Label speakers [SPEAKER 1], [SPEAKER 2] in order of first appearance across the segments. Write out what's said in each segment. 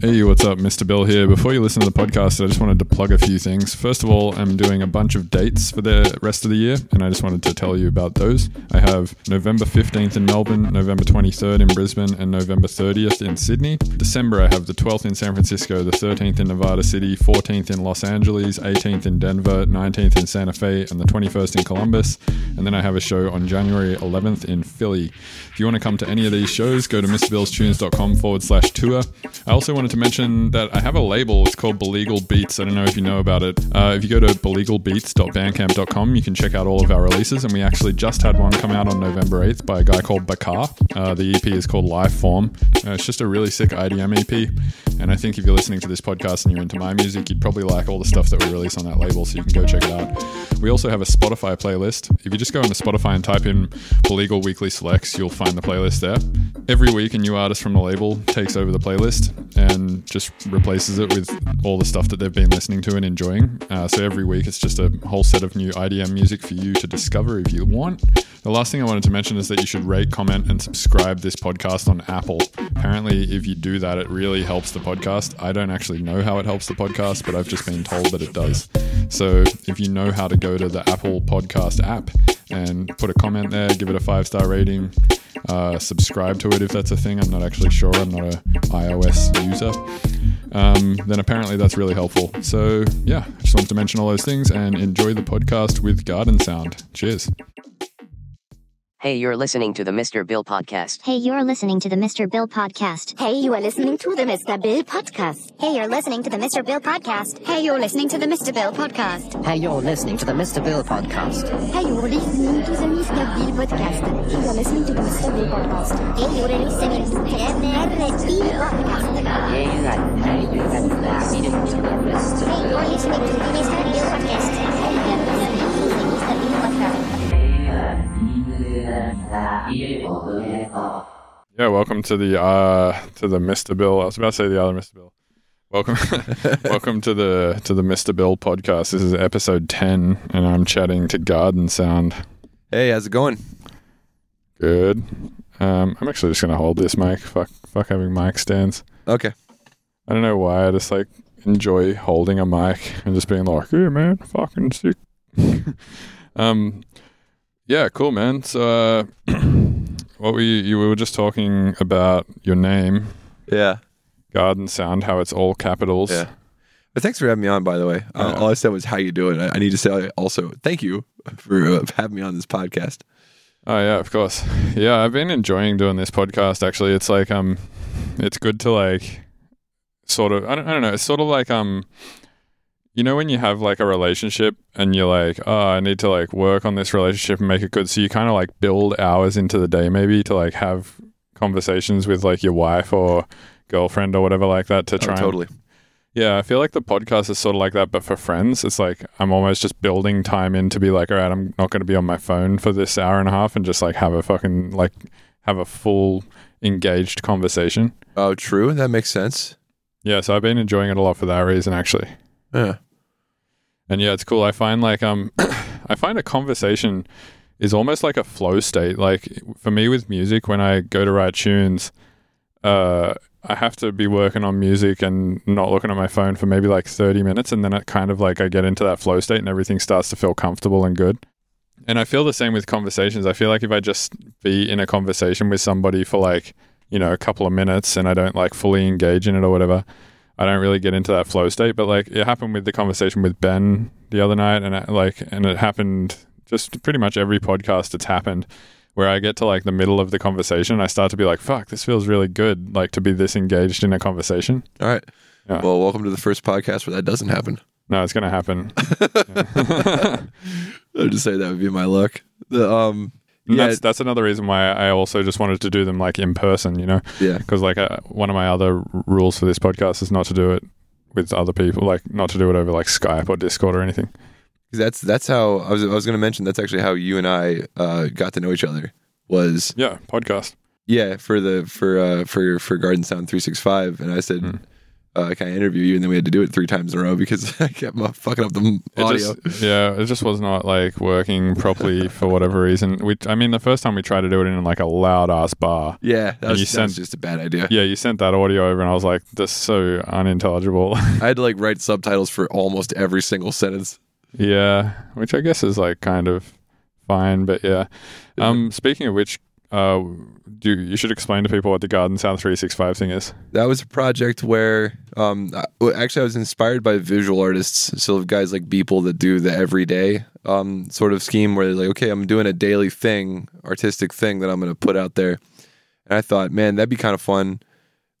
[SPEAKER 1] Hey, what's up? Mr. Bill here. Before you listen to the podcast, I just wanted to plug a few things. First of all, I'm doing a bunch of dates for the rest of the year, and I just wanted to tell you about those. I have November 15th in Melbourne, November 23rd in Brisbane, and November 30th in Sydney. December, I have the 12th in San Francisco, the 13th in Nevada City, 14th in Los Angeles, 18th in Denver, 19th in Santa Fe, and the 21st in Columbus. And then I have a show on January 11th in Philly. If you want to come to any of these shows, go to MrBillsTunes.com forward slash tour. I also wanted to mention that I have a label. It's called Belegal Beats. I don't know if you know about it. Uh, if you go to belegalbeats.bandcamp.com, you can check out all of our releases. And we actually just had one come out on November 8th by a guy called Bakar. Uh, the EP is called Live Form. Uh, it's just a really sick IDM EP. E And I think if you're listening to this podcast and you're into my music, you'd probably like all the stuff that we release on that label. So you can go check it out. We also have a Spotify playlist. If you just go into Spotify and type in Belegal Weekly Selects, you'll find the playlist there. Every week, a new artist from the label takes over the playlist and just replaces it with all the stuff that they've been listening to and enjoying. Uh, so every week, it's just a whole set of new IDM music for you to discover if you want. The last thing I wanted to mention is that you should rate, comment, and subscribe this podcast on Apple. Apparently, if you do that, it really helps the podcast. I don't actually know how it helps the podcast, but I've just been told that it does. So if you know how to go to the Apple Podcast app and put a comment there, give it a five star rating, uh, subscribe to it if that's a thing. I'm not actually sure. I'm not a iOS user. Um, then apparently that's really helpful. So yeah, I just wanted to mention all those things and enjoy the podcast with Garden Sound. Cheers.
[SPEAKER 2] Hey, you're listening to the Mr. Bill podcast.
[SPEAKER 3] Hey, you're listening to the Mr. Bill podcast.
[SPEAKER 4] Hey, you are listening to the Mr. Bill podcast.
[SPEAKER 3] Hey, you're listening to the Mr. Bill podcast.
[SPEAKER 4] Hey, you're listening to the Mr. Bill podcast.
[SPEAKER 5] Hey, you're listening to the Mr. Bill podcast.
[SPEAKER 4] Hey, you're listening to the Mr. Bill podcast.
[SPEAKER 3] Hey, you're listening to the Mr. Bill podcast.
[SPEAKER 4] Hey, you're listening to the Mr. Bill podcast.
[SPEAKER 5] Hey, you are listening to the Mr.
[SPEAKER 3] Hey, you're listening to the Mr. Bill podcast. Hey, you're listening to the Mr. Bill podcast.
[SPEAKER 1] Yeah, welcome to the uh, to the Mr. Bill. I was about to say the other Mr. Bill. Welcome, welcome to the to the Mr. Bill podcast. This is episode ten, and I'm chatting to Garden Sound.
[SPEAKER 6] Hey, how's it going?
[SPEAKER 1] Good. Um, I'm actually just gonna hold this mic. Fuck, fuck having mic stands.
[SPEAKER 6] Okay.
[SPEAKER 1] I don't know why. I just like enjoy holding a mic and just being like, "Yeah, man, fucking sick." um, yeah, cool, man. So, uh, what were you, you were just talking about your name,
[SPEAKER 6] Yeah.
[SPEAKER 1] Garden Sound, how it's all capitals.
[SPEAKER 6] Yeah. But thanks for having me on, by the way. Uh,
[SPEAKER 1] Yeah.
[SPEAKER 6] all I said was how you doing. I, I need to say also thank you for uh, having me on this podcast.
[SPEAKER 1] Oh yeah, of course. Yeah, I've been enjoying doing this podcast. Actually, it's like um, it's good to like, sort of. I don't, I don't know. It's sort of like um, you know, when you have like a relationship and you're like, oh, I need to like work on this relationship and make it good. So you kind of like build hours into the day, maybe to like have conversations with like your wife or girlfriend or whatever like that to
[SPEAKER 6] Oh,
[SPEAKER 1] try. and-
[SPEAKER 6] totally.
[SPEAKER 1] yeah, I feel like the podcast is sort of like that, but for friends, it's like I'm almost just building time in to be like, all right, I'm not going to be on my phone for this hour and a half and just like have a fucking, like, have a full engaged conversation.
[SPEAKER 6] Oh, true. That makes sense.
[SPEAKER 1] Yeah, so I've been enjoying it a lot for that reason, actually.
[SPEAKER 6] Yeah.
[SPEAKER 1] And yeah, it's cool. I find like um I find a conversation is almost like a flow state. Like for me with music when I go to write tunes, uh I have to be working on music and not looking at my phone for maybe like 30 minutes and then it kind of like I get into that flow state and everything starts to feel comfortable and good. And I feel the same with conversations. I feel like if I just be in a conversation with somebody for like, you know, a couple of minutes and I don't like fully engage in it or whatever, I don't really get into that flow state, but like it happened with the conversation with Ben the other night, and I, like, and it happened just pretty much every podcast it's happened where I get to like the middle of the conversation, and I start to be like, fuck, this feels really good, like to be this engaged in a conversation.
[SPEAKER 6] All right.
[SPEAKER 1] Yeah.
[SPEAKER 6] Well, welcome to the first podcast where that doesn't happen.
[SPEAKER 1] No, it's gonna happen.
[SPEAKER 6] I would just say that would be my luck. The, um,
[SPEAKER 1] And
[SPEAKER 6] yeah,
[SPEAKER 1] That's that's another reason why I also just wanted to do them like in person, you know,
[SPEAKER 6] yeah.
[SPEAKER 1] because like uh, one of my other r- rules for this podcast is not to do it with other people, like not to do it over like Skype or Discord or anything.
[SPEAKER 6] 'Cause That's that's how I was. I was going to mention that's actually how you and I uh, got to know each other. Was
[SPEAKER 1] Yeah, podcast. Hmm.
[SPEAKER 6] yeah for the for uh for for garden sound 365 and i said uh, can I interview you? And then we had to do it three times in a row because I kept mu- fucking up the m-
[SPEAKER 1] It
[SPEAKER 6] audio.
[SPEAKER 1] just- yeah, it just was not like working properly for whatever reason. We, I mean, the first time we tried to do it in like a loud ass bar.
[SPEAKER 6] yeah, that was,
[SPEAKER 1] you
[SPEAKER 6] that
[SPEAKER 1] sent-
[SPEAKER 6] was just a bad idea.
[SPEAKER 1] Yeah, you sent that audio over, and I was like, "That's so unintelligible."
[SPEAKER 6] I had to like write subtitles for almost every single sentence.
[SPEAKER 1] yeah, which I guess is like kind of fine, but yeah. Um, speaking of which, uh, do you should explain to people what the Garden Sound Three Six Five thing is.
[SPEAKER 6] That was a project where, um, I, well, actually, I was inspired by visual artists, so guys like Beeple that do the everyday um, sort of scheme where they're like, okay, I'm doing a daily thing, artistic thing that I'm going to put out there. And I thought, man, that'd be kind of fun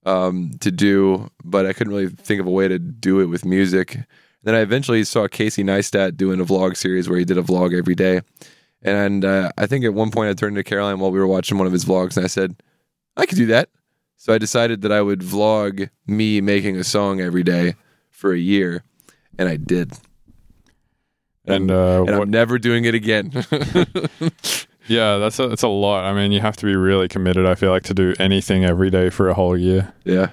[SPEAKER 6] um, to do, but I couldn't really think of a way to do it with music. Then I eventually saw Casey Neistat doing a vlog series where he did a vlog every day. And uh, I think at one point I turned to Caroline while we were watching one of his vlogs and I said, I could do that. So I decided that I would vlog me making a song every day for a year, and I did.
[SPEAKER 1] And, uh,
[SPEAKER 6] and
[SPEAKER 1] what-
[SPEAKER 6] I'm never doing it again.
[SPEAKER 1] Yeah, that's a, that's a lot. I mean, you have to be really committed. I feel like to do anything every day for a whole year.
[SPEAKER 6] yeah.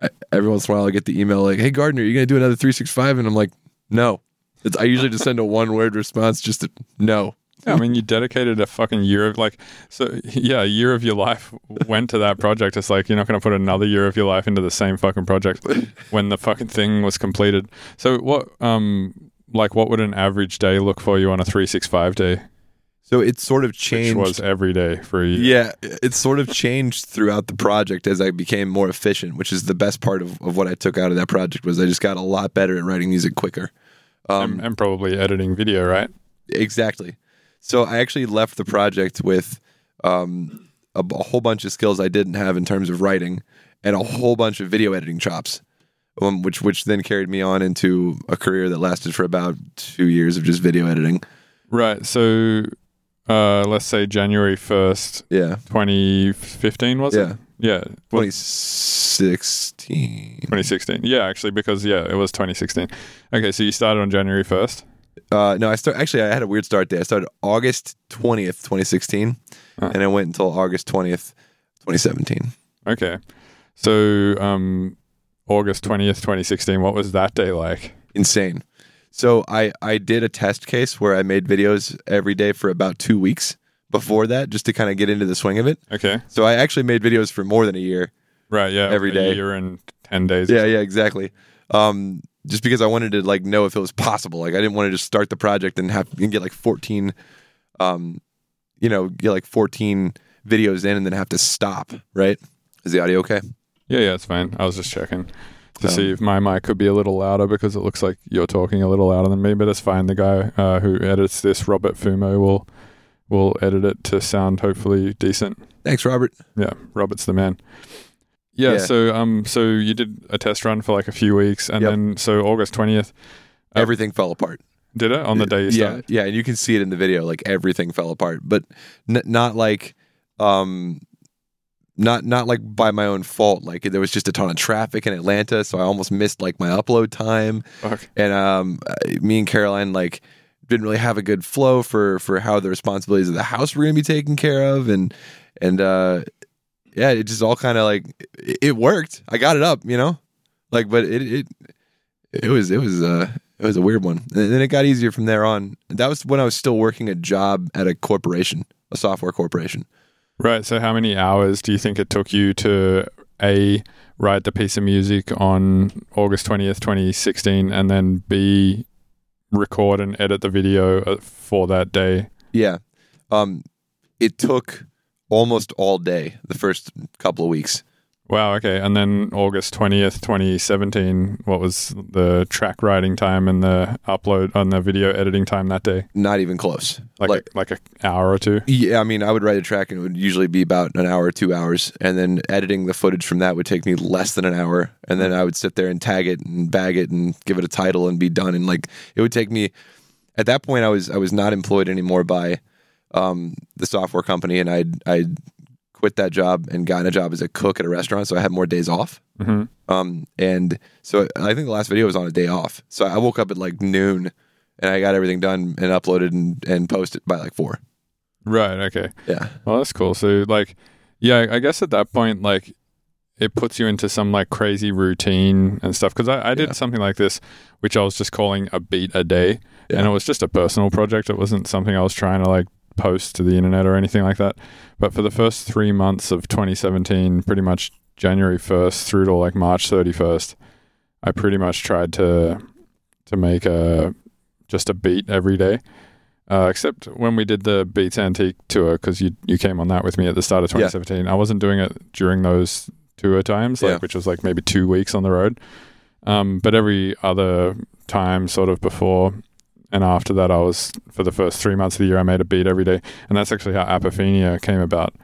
[SPEAKER 6] I, every once in a while, I get the email like, "Hey Gardner, you gonna do another 365?" And I'm like, "No." It's, I usually just send a one word response, just to, no.
[SPEAKER 1] Yeah, I mean, you dedicated a fucking year of like, so yeah, a year of your life went to that project. It's like you're not going to put another year of your life into the same fucking project when the fucking thing was completed. So what, um, like, what would an average day look for you on a three six five day,
[SPEAKER 6] So it sort of
[SPEAKER 1] which
[SPEAKER 6] changed.
[SPEAKER 1] was every day for a year?
[SPEAKER 6] yeah, it sort of changed throughout the project as I became more efficient, which is the best part of, of what I took out of that project was I just got a lot better at writing music quicker.
[SPEAKER 1] and, and probably editing video, right?
[SPEAKER 6] Exactly. So I actually left the project with um, a, b- a whole bunch of skills I didn't have in terms of writing and a whole bunch of video editing chops, um, which which then carried me on into a career that lasted for about two years of just video editing.
[SPEAKER 1] Right. So, uh, let's say January first,
[SPEAKER 6] Yeah,
[SPEAKER 1] 2015 was it? Yeah. Well,
[SPEAKER 6] twenty sixteen.
[SPEAKER 1] 2016. Yeah, actually, because yeah, it was 2016. Okay, so you started on January 1st.
[SPEAKER 6] Uh, no, I start. Actually, I had a weird start date. I started August twentieth, twenty sixteen, and I went until August twentieth, twenty seventeen.
[SPEAKER 1] Okay, so um, August 20th, 2016. What was that day like?
[SPEAKER 6] insane. So I I did a test case where I made videos every day for about two weeks before that, just to kind of get into the swing of it.
[SPEAKER 1] Okay,
[SPEAKER 6] So I actually made videos for more than a year.
[SPEAKER 1] right, yeah,
[SPEAKER 6] Every
[SPEAKER 1] a
[SPEAKER 6] day.
[SPEAKER 1] year and 10 days.
[SPEAKER 6] Yeah, yeah, exactly. Um, just because I wanted to like know if it was possible. Like I didn't want to just start the project and have and get like fourteen, um, you know, get like fourteen videos in and then have to stop. Right? Is the audio okay?
[SPEAKER 1] yeah, yeah, it's fine. I was just checking to
[SPEAKER 6] Um,
[SPEAKER 1] see if my mic could be a little louder because it looks like you're talking a little louder than me, but it's fine. The guy uh, who edits this, Robert Fumo, will will edit it to sound hopefully decent.
[SPEAKER 6] Thanks, Robert.
[SPEAKER 1] Yeah, Robert's the man. Yeah,
[SPEAKER 6] Yeah.
[SPEAKER 1] So um, so you did a test run for like a few weeks, and
[SPEAKER 6] Yep.
[SPEAKER 1] then so August twentieth,
[SPEAKER 6] Everything fell apart.
[SPEAKER 1] did it on the day you
[SPEAKER 6] Uh, yeah,
[SPEAKER 1] started.
[SPEAKER 6] yeah, and you can see it in the video. Like everything fell apart, but n- not like, um, not not like by my own fault. Like there was just a ton of traffic in Atlanta, so I almost missed like my upload time.
[SPEAKER 1] Fuck.
[SPEAKER 6] And um, I- me and Caroline like didn't really have a good flow for for how the responsibilities of the house were going to be taken care of, and and uh, yeah, it just all kind of like it, it worked. I got it up, you know, like, but it it it was it was uh it was a weird one. And then it got easier from there on. That was when I was still working a job at a corporation, a software corporation.
[SPEAKER 1] Right. So how many hours do you think it took you to a write the piece of music on August twentieth, twenty sixteen, and then b record and edit the video uh, for that day?
[SPEAKER 6] Yeah. Um it took almost all day the first couple of weeks.
[SPEAKER 1] Wow. Okay. And then August twentieth, twenty seventeen. What was the track writing time and the upload on the video editing time that day?
[SPEAKER 6] Not even close.
[SPEAKER 1] Like like, like an hour or two.
[SPEAKER 6] yeah, I mean, I would write a track and it would usually be about an hour, two hours, and then editing the footage from that would take me less than an hour, and then I would sit there and tag it and bag it and give it a title and be done. And like, it would take me. At that point, I was I was not employed anymore by um, the software company, and I I quit that job and gotten a job as a cook at a restaurant, so I had more days off.
[SPEAKER 1] Mhm.
[SPEAKER 6] Um, and so I think the last video was on a day off, so I woke up at like noon, and I got everything done and uploaded and and posted by like four.
[SPEAKER 1] Right. Okay.
[SPEAKER 6] Yeah.
[SPEAKER 1] Well, that's cool. So, like, yeah, I guess at that point, like, it puts you into some like crazy routine and stuff. Because I, I did something like this, which I was just calling a beat a day, and it was just a personal project. It wasn't something I was trying to like post to the internet or anything like that. But for the first three months of 2017, pretty much January 1st through to like March 31st, I pretty much tried to to make a just a beat every day. Uh, except when we did the Beats Antique tour, because you you came on that with me at the start of
[SPEAKER 6] Yeah.
[SPEAKER 1] 2017. I wasn't doing it during those tour times, like
[SPEAKER 6] Yeah.
[SPEAKER 1] which was like maybe two weeks on the road. Um, but every other time, sort of before and after that, I was for the first three months of the year, I made a beat every day, and that's actually how Apophenia came about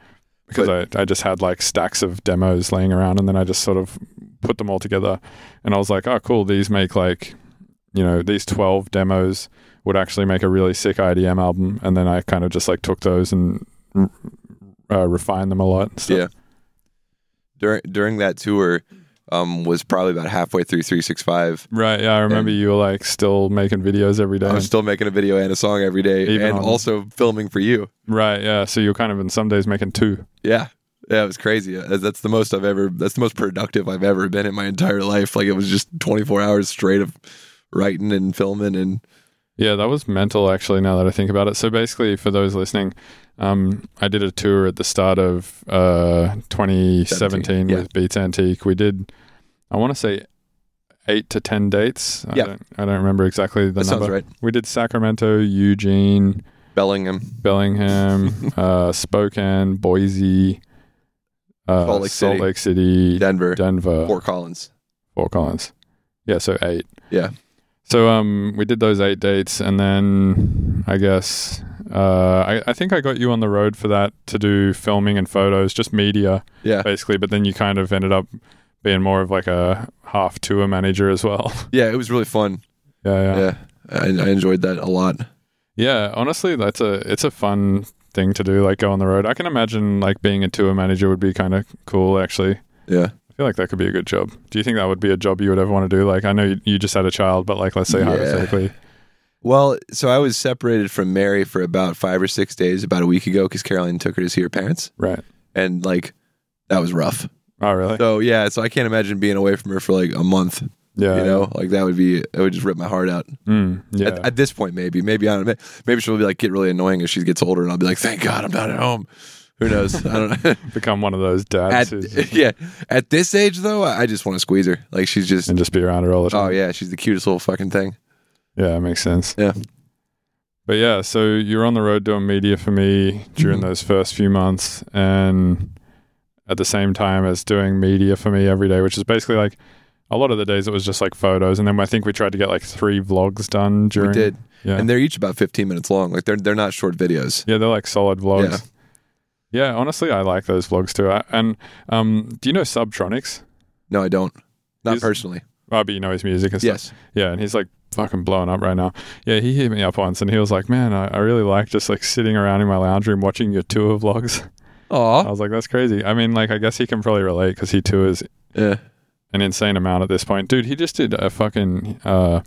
[SPEAKER 1] because I, I just had like stacks of demos laying around, and then I just sort of put them all together, and I was like, oh, cool, these make like you know these 12 demos would actually make a really sick idm album and then i kind of just like took those and r- uh, refined them a lot and stuff.
[SPEAKER 6] Yeah. During during that tour, um, was probably about halfway through 365.
[SPEAKER 1] right yeah i remember you were like still making videos every day
[SPEAKER 6] I was still making a video and a song every day,
[SPEAKER 1] Even
[SPEAKER 6] and
[SPEAKER 1] on-
[SPEAKER 6] also filming for you.
[SPEAKER 1] right yeah so you're kind of in some days making two
[SPEAKER 6] Yeah. Yeah, it was crazy. Uh, That's the most I've ever. That's the most productive I've ever been in my entire life. Like it was just 24 hours straight of writing and filming, and
[SPEAKER 1] Yeah, that was mental actually, now that I think about it. So basically, for those listening, um, I did a tour at the start of uh, 2017
[SPEAKER 6] yeah.
[SPEAKER 1] with Beats Antique. We did, I want to say, eight to 10 dates. I
[SPEAKER 6] Yeah.
[SPEAKER 1] don't, I don't remember exactly the
[SPEAKER 6] That sounds
[SPEAKER 1] number.
[SPEAKER 6] right.
[SPEAKER 1] We did Sacramento, Eugene,
[SPEAKER 6] Bellingham,
[SPEAKER 1] Bellingham, uh, Spokane, Boise, uh,
[SPEAKER 6] Salt Lake City.
[SPEAKER 1] City,
[SPEAKER 6] Denver,
[SPEAKER 1] Denver,
[SPEAKER 6] Fort Collins.
[SPEAKER 1] Four Collins. Yeah, so eight.
[SPEAKER 6] Yeah.
[SPEAKER 1] So um, we did those eight dates, and then I guess uh, I, I think I got you on the road for that to do filming and photos, just media
[SPEAKER 6] Yeah,
[SPEAKER 1] basically. But then you kind of ended up being more of like a half tour manager as well.
[SPEAKER 6] yeah, it was really fun.
[SPEAKER 1] yeah, yeah,
[SPEAKER 6] Yeah, I, I enjoyed that a lot.
[SPEAKER 1] Yeah, honestly, that's a it's a fun thing to do, like go on the road. I can imagine like being a tour manager would be kind of cool, actually.
[SPEAKER 6] Yeah,
[SPEAKER 1] I feel like that could be a good job. Do you think that would be a job you would ever want to do? Like, I know you, you just had a child, but like, let's say
[SPEAKER 6] Yeah.
[SPEAKER 1] hypothetically,
[SPEAKER 6] Well, so I was separated from Mary for about five or six days about a week ago because Caroline took her to see her parents,
[SPEAKER 1] right?
[SPEAKER 6] and like that was rough.
[SPEAKER 1] Oh, really?
[SPEAKER 6] So yeah, so I can't imagine being away from her for like a month.
[SPEAKER 1] yeah.
[SPEAKER 6] you know, like that would be it would just rip my heart out.
[SPEAKER 1] Mm, yeah.
[SPEAKER 6] At, at this point, maybe, maybe I don't. know. Maybe she'll be like get really annoying as she gets older, and I'll be like, thank God I'm not at home. Who knows? I don't know.
[SPEAKER 1] Become one of those dads
[SPEAKER 6] at,
[SPEAKER 1] who's,
[SPEAKER 6] yeah, at this age though, I I just want to squeeze her. Like she's just
[SPEAKER 1] and just be around her all the time.
[SPEAKER 6] oh yeah, she's the cutest little fucking thing.
[SPEAKER 1] Yeah, it makes sense.
[SPEAKER 6] Yeah.
[SPEAKER 1] But yeah, so you're on the road doing media for me during
[SPEAKER 6] Mhm.
[SPEAKER 1] those first few months and at the same time as doing media for me every day, which is basically like a lot of the days it was just like photos and then I think we tried to get like three vlogs done during
[SPEAKER 6] We did,
[SPEAKER 1] Yeah.
[SPEAKER 6] and they're each about 15 minutes long. Like they're they're not short videos.
[SPEAKER 1] yeah, they're like solid vlogs. Yeah, honestly I like those vlogs too. I, and um do you know Subtronics?
[SPEAKER 6] No, I don't. Not
[SPEAKER 1] Is-
[SPEAKER 6] personally.
[SPEAKER 1] Oh, but you know his music and stuff.
[SPEAKER 6] Yes.
[SPEAKER 1] Yeah, and he's like fucking blowing up right now. Yeah, he hit me up once and he was like, Man, I, I really like just like sitting around in my lounge room watching your tour vlogs. I
[SPEAKER 6] Aw.
[SPEAKER 1] was like, That's crazy. I mean, like, I guess he can probably relate because he tours
[SPEAKER 6] Yeah.
[SPEAKER 1] an insane amount at this point. Dude, he just did a fucking uh,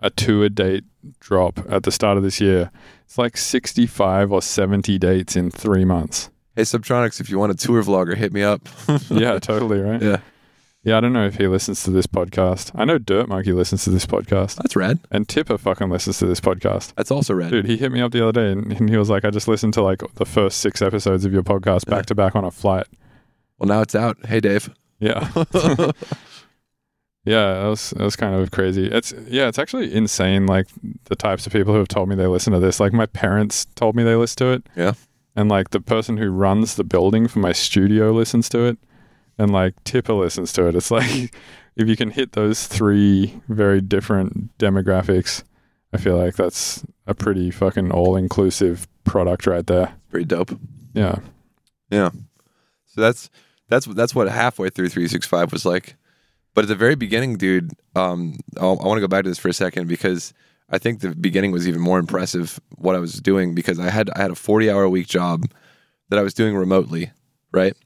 [SPEAKER 1] a tour date drop at the start of this year. It's like 65 or 70 dates in three months.
[SPEAKER 6] Hey, Subtronics, if you want a tour vlogger, hit me up.
[SPEAKER 1] Yeah, totally, right?
[SPEAKER 6] Yeah.
[SPEAKER 1] Yeah, I don't know if he listens to this podcast. I know Dirt Monkey listens to this podcast,
[SPEAKER 6] That's rad.
[SPEAKER 1] and Tipper fucking listens to this podcast.
[SPEAKER 6] That's also rad.
[SPEAKER 1] Dude, he hit me up the other day and, and he was like, I just listened to like the first six episodes of your podcast back to back on a flight.
[SPEAKER 6] Well, now it's out. Hey, Dave.
[SPEAKER 1] Yeah. yeah, that was, that was kind of crazy. It's, yeah, it's actually insane. Like the types of people who have told me they listen to this. Like my parents told me they listen to it.
[SPEAKER 6] Yeah.
[SPEAKER 1] And like the person who runs the building for my studio listens to it. And like Tipper listens to it. It's like if you can hit those three very different demographics, I feel like that's a pretty fucking all inclusive product right there.
[SPEAKER 6] Pretty dope.
[SPEAKER 1] Yeah.
[SPEAKER 6] So that's that's that's what halfway through 365 was like. But at the very beginning, dude, um, I want to go back to this for a second because I think the beginning was even more impressive what I was doing because I had I had a 40 hour a week job that I was doing remotely, right?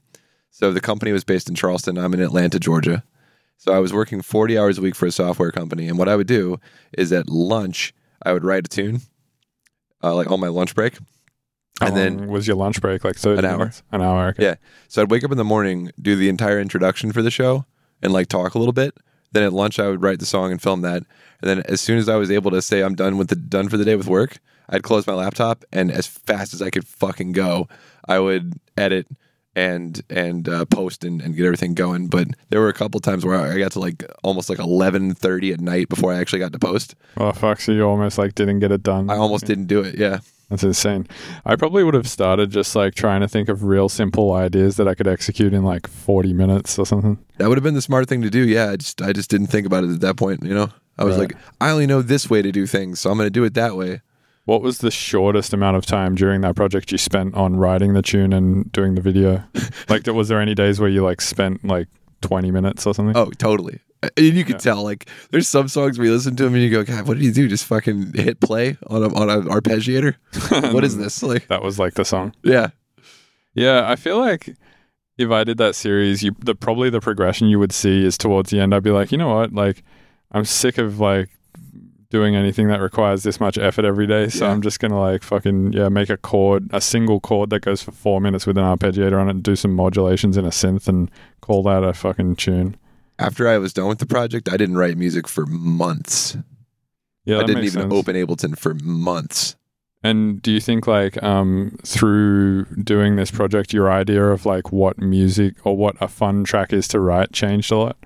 [SPEAKER 6] So the company was based in Charleston. I'm in Atlanta, Georgia. So I was working 40 hours a week for a software company, and what I would do is at lunch I would write a tune, uh, like on my lunch break, and then
[SPEAKER 1] long was your lunch break like 30
[SPEAKER 6] An hour.
[SPEAKER 1] minutes? An hour. Okay.
[SPEAKER 6] Yeah. So I'd wake up in the morning, do the entire introduction for the show, and like talk a little bit. Then at lunch, I would write the song and film that. And then as soon as I was able to say I'm done with the done for the day with work, I'd close my laptop and as fast as I could fucking go, I would edit and and uh, post and, and get everything going. But there were a couple times where I got to like almost like 11:30 at night before I actually got to post.
[SPEAKER 1] Oh fuck! So you almost like didn't get it done.
[SPEAKER 6] I almost didn't do it. Yeah.
[SPEAKER 1] That's insane. I probably would have started just like trying to think of real simple ideas that I could execute in like 40 minutes or something.
[SPEAKER 6] That would have been the smart thing to do. Yeah, I just I just didn't think about it at that point. You know, I was
[SPEAKER 1] Right.
[SPEAKER 6] like, I only know this way to do things, so I'm going to do it that way.
[SPEAKER 1] What was the shortest amount of time during that project you spent on writing the tune and doing the video? like, th- was there any days where you like spent like 20 minutes or something?
[SPEAKER 6] Oh, totally. And you can tell, like, there's some songs where you listen to them and you go, God, what did you do? Just fucking hit play on a, on an arpeggiator? what is this? Like,
[SPEAKER 1] That was like the song.
[SPEAKER 6] yeah,
[SPEAKER 1] Yeah, I feel like if I did that series, you the probably the progression you would see is towards the end. I'd be like, you know what, like I'm sick of like doing anything that requires this much effort every day. So
[SPEAKER 6] Yeah.
[SPEAKER 1] I'm just gonna like fucking yeah, make a chord, a single chord that goes for four minutes with an arpeggiator on it, and do some modulations in a synth, and call that a fucking tune.
[SPEAKER 6] after I was done with the project, I didn't write music for months.
[SPEAKER 1] Yeah,
[SPEAKER 6] I
[SPEAKER 1] that
[SPEAKER 6] didn't
[SPEAKER 1] makes
[SPEAKER 6] even
[SPEAKER 1] sense.
[SPEAKER 6] open Ableton for months.
[SPEAKER 1] And do you think like um through doing this project, your idea of like what music or what a fun track is to write changed a lot?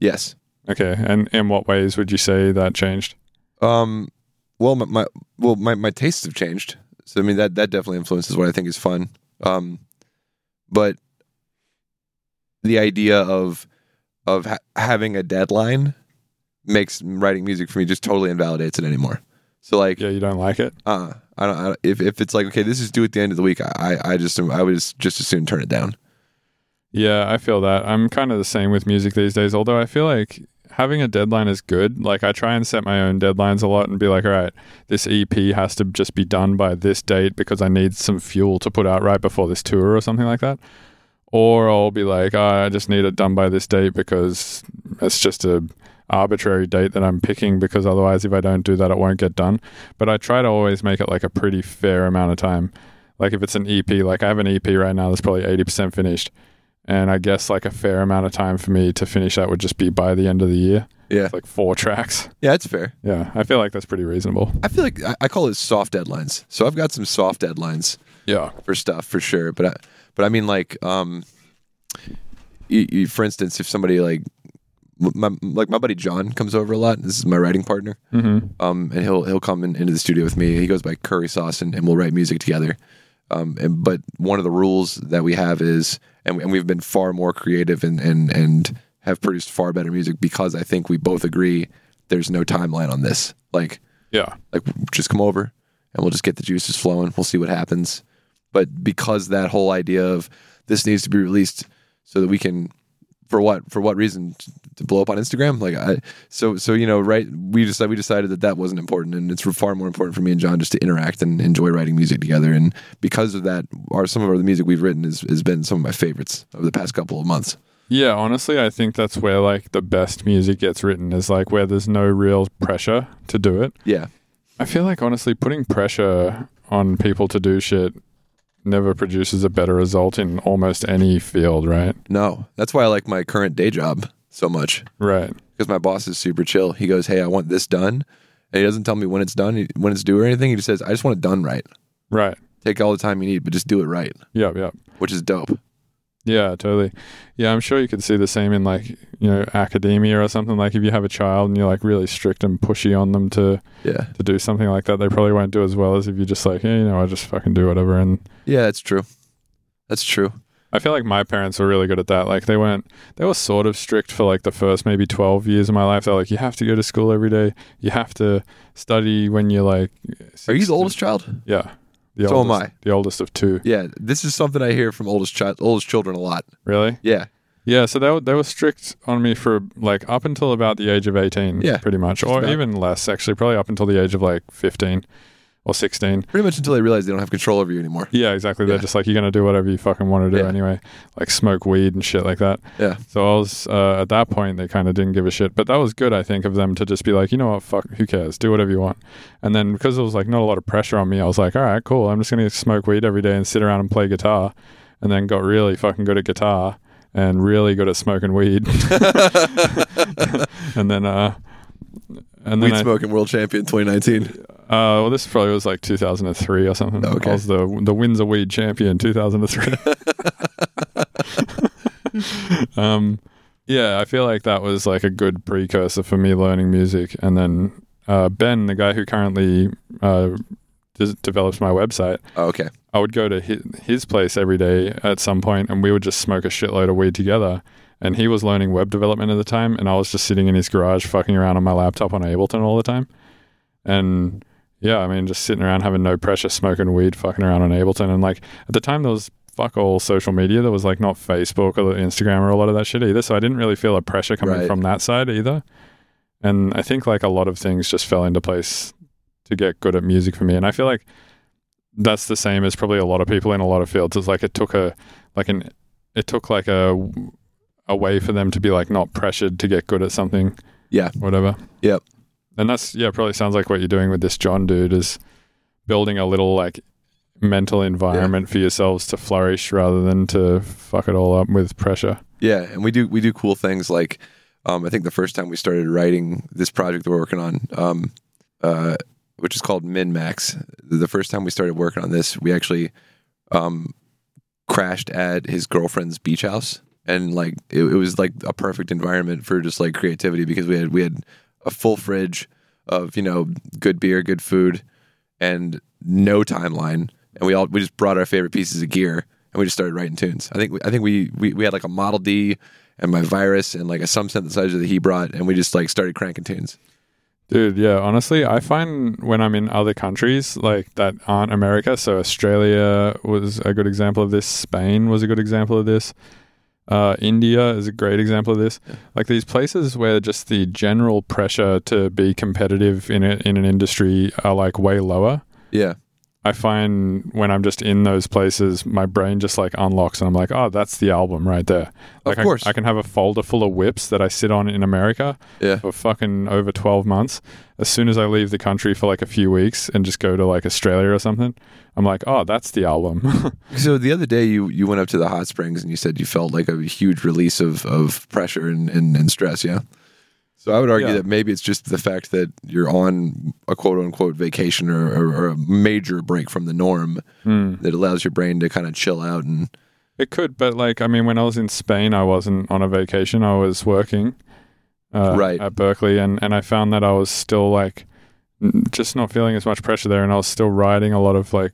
[SPEAKER 6] Yes.
[SPEAKER 1] Okay, and in what ways would you say that changed?
[SPEAKER 6] Um, well, my, my well, my, my tastes have changed. So I mean that that definitely influences what I think is fun. Um, but the idea of of ha- having a deadline makes writing music for me just totally invalidates it anymore. So like,
[SPEAKER 1] Yeah, you don't like it.
[SPEAKER 6] uh, I don't, I don't if if it's like okay, this is due at the end of the week, I I, I just I would just, just as soon turn it down.
[SPEAKER 1] Yeah, I feel that. I'm kind of the same with music these days. Although I feel like having a deadline is good. Like I try and set my own deadlines a lot and be like, all right, this EP has to just be done by this date because I need some fuel to put out right before this tour or something like that. Or I'll be like, "Ah, I just need it done by this date because it's just a arbitrary date that I'm picking because otherwise if I don't do that it won't get done. But I try to always make it like a pretty fair amount of time. Like if it's an EP, like I have an EP right now that's probably 80% finished. And I guess like a fair amount of time for me to finish that would just be by the end of the year.
[SPEAKER 6] Yeah,
[SPEAKER 1] It's like four tracks.
[SPEAKER 6] yeah, that's fair.
[SPEAKER 1] Yeah, I feel like that's pretty reasonable.
[SPEAKER 6] I feel like I, I call it soft deadlines. So I've got some soft deadlines.
[SPEAKER 1] Yeah.
[SPEAKER 6] for stuff for sure. But I, but I mean like um, you, you, for instance, if somebody like my like my buddy John comes over a lot. This is my writing partner.
[SPEAKER 1] Mm-hmm.
[SPEAKER 6] Um, and he'll he'll come in, into the studio with me. He goes by Curry Sauce, and, and we'll write music together. Um, and but one of the rules that we have is, and, we- and we've been far more creative and and and have produced far better music because I think we both agree there's no timeline on this. Like
[SPEAKER 1] Yeah.
[SPEAKER 6] like just come over and we'll just get the juices flowing we'll see what happens but because that whole idea of this needs to be released so that we can for what for what reason to blow up on instagram like i so so you know right we decided we decided that that wasn't important and it's far more important for me and john just to interact and enjoy writing music together and because of that our some of our the music we've written has, has been some of my favorites over the past couple of months
[SPEAKER 1] Yeah, honestly, I think that's where like the best music gets written is like where there's no real pressure to do it.
[SPEAKER 6] yeah
[SPEAKER 1] I feel like honestly putting pressure on people to do shit never produces a better result in almost any field, right?
[SPEAKER 6] no that's why i like my current day job so much
[SPEAKER 1] Right.
[SPEAKER 6] because my boss is super chill. He goes, "Hey, I want this done," and he doesn't tell me when it's done, he- when it's due, or anything. He just says, "I just want it done right.
[SPEAKER 1] Right.
[SPEAKER 6] Take all the time you need, but just do it right,"
[SPEAKER 1] Yep, yep.
[SPEAKER 6] which is dope.
[SPEAKER 1] Yeah, totally. Yeah, I'm sure you could see the same in like, you know, academia or something. Like if you have a child and you're like really strict and pushy on them to
[SPEAKER 6] Yeah,
[SPEAKER 1] to do something like that, they probably won't do as well as if you just like, yeah, you know, I just fucking do whatever and
[SPEAKER 6] yeah, that's true. That's true.
[SPEAKER 1] I feel like my parents were really good at that. Like they went, they were sort of strict for like the first maybe 12 years of my life. They're like, you have to go to school every day. You have to study when you're like.
[SPEAKER 6] Are you
[SPEAKER 1] six
[SPEAKER 6] the
[SPEAKER 1] to-"
[SPEAKER 6] oldest child?
[SPEAKER 1] Yeah. The
[SPEAKER 6] So am
[SPEAKER 1] oldest,
[SPEAKER 6] I.
[SPEAKER 1] The oldest of two.
[SPEAKER 6] Yeah, this is something I hear from oldest child, oldest children a lot.
[SPEAKER 1] Really?
[SPEAKER 6] Yeah,
[SPEAKER 1] Yeah. So they were, they were strict on me for like up until about the age of 18.
[SPEAKER 6] Yeah,
[SPEAKER 1] Pretty much. Or
[SPEAKER 6] about.
[SPEAKER 1] even less, actually. Probably up until the age of like 15. or 16.
[SPEAKER 6] Pretty much until they realize they don't have control over you anymore.
[SPEAKER 1] Yeah, exactly. They're
[SPEAKER 6] Yeah.
[SPEAKER 1] just like, you're going to do whatever you fucking want to do
[SPEAKER 6] Yeah.
[SPEAKER 1] anyway, like smoke weed and shit like that.
[SPEAKER 6] Yeah.
[SPEAKER 1] So I was, uh, at that point, they kind of didn't give a shit. But that was good, I think, of them to just be like, you know what, fuck, who cares? Do whatever you want. And then because there was like not a lot of pressure on me, I was like, all right, cool. I'm just going to smoke weed every day and sit around and play guitar. And then got really fucking good at guitar and really good at smoking weed. and then, uh, and then
[SPEAKER 6] Weed
[SPEAKER 1] I-
[SPEAKER 6] smoking world champion 2019.
[SPEAKER 1] uh, well, this probably was like 2003 or something.
[SPEAKER 6] Okay.
[SPEAKER 1] I was the the Windsor Weed champion 2003. um, yeah, I feel like that was like a good precursor for me learning music, and then uh, Ben, the guy who currently uh, des- develops my website,
[SPEAKER 6] Oh, okay.
[SPEAKER 1] I would go to his, his place every day at some point, and we would just smoke a shitload of weed together. And he was learning web development at the time, and I was just sitting in his garage fucking around on my laptop on Ableton all the time. And yeah, I mean, just sitting around having no pressure, smoking weed, fucking around on Ableton. And like at the time, there was fuck all social media. There was like not Facebook or Instagram or a lot of that shit either. So I didn't really feel a pressure coming
[SPEAKER 6] Right.
[SPEAKER 1] from that side either. And I think like a lot of things just fell into place to get good at music for me. And I feel like that's the same as probably a lot of people in a lot of fields. It's like it took a like an it took like a a way for them to be like not pressured to get good at something.
[SPEAKER 6] Yeah.
[SPEAKER 1] Whatever.
[SPEAKER 6] Yep.
[SPEAKER 1] And that's yeah, probably sounds like what you're doing with this John dude is building a little like mental environment for yourselves to flourish rather than to fuck it all up with pressure.
[SPEAKER 6] Yeah, and we do we do cool things like um, I think the first time we started writing this project that we're working on, um, uh, which is called Min Max. The first time we started working on this, we actually um, crashed at his girlfriend's beach house, and like it, it was like a perfect environment for just like creativity because we had we had a full fridge of you know good beer, good food, and no timeline. And we all we just brought our favorite pieces of gear and we just started writing tunes. I think we, I think we, we we had like a Model D and my Virus and like a some synthesizer that he brought, and we just like started cranking tunes.
[SPEAKER 1] Dude, yeah, honestly, I find when I'm in other countries like that aren't America, so Australia was a good example of this, Spain was a good example of this, uh, India is a great example of this. Like these places where just the general pressure to be competitive in, a, in an industry are like way lower.
[SPEAKER 6] Yeah,
[SPEAKER 1] I find when I'm just in those places, my brain just like unlocks and I'm like, oh, that's the album right there. Like I-
[SPEAKER 6] course.
[SPEAKER 1] I, can have a folder full of whips that I sit on in America
[SPEAKER 6] Yeah.
[SPEAKER 1] for fucking over 12 months. As soon as I leave the country for like a few weeks and just go to like Australia or something, I'm like, oh, that's the album.
[SPEAKER 6] So the other day, you you went up to the hot springs and you said you felt like a huge release of of pressure and and, and stress. Yeah. So I would argue
[SPEAKER 1] Yeah.
[SPEAKER 6] that maybe it's just the fact that you're on a quote unquote vacation or, or, or a major break from the norm
[SPEAKER 1] Hmm.
[SPEAKER 6] that allows your brain to kind of chill out and
[SPEAKER 1] it could, but like, I mean, when I was in Spain, I wasn't on a vacation, I was working uh,
[SPEAKER 6] Right.
[SPEAKER 1] at Berkeley, and, and I found that I was still like n- just not feeling as much pressure there, and I was still writing a lot of like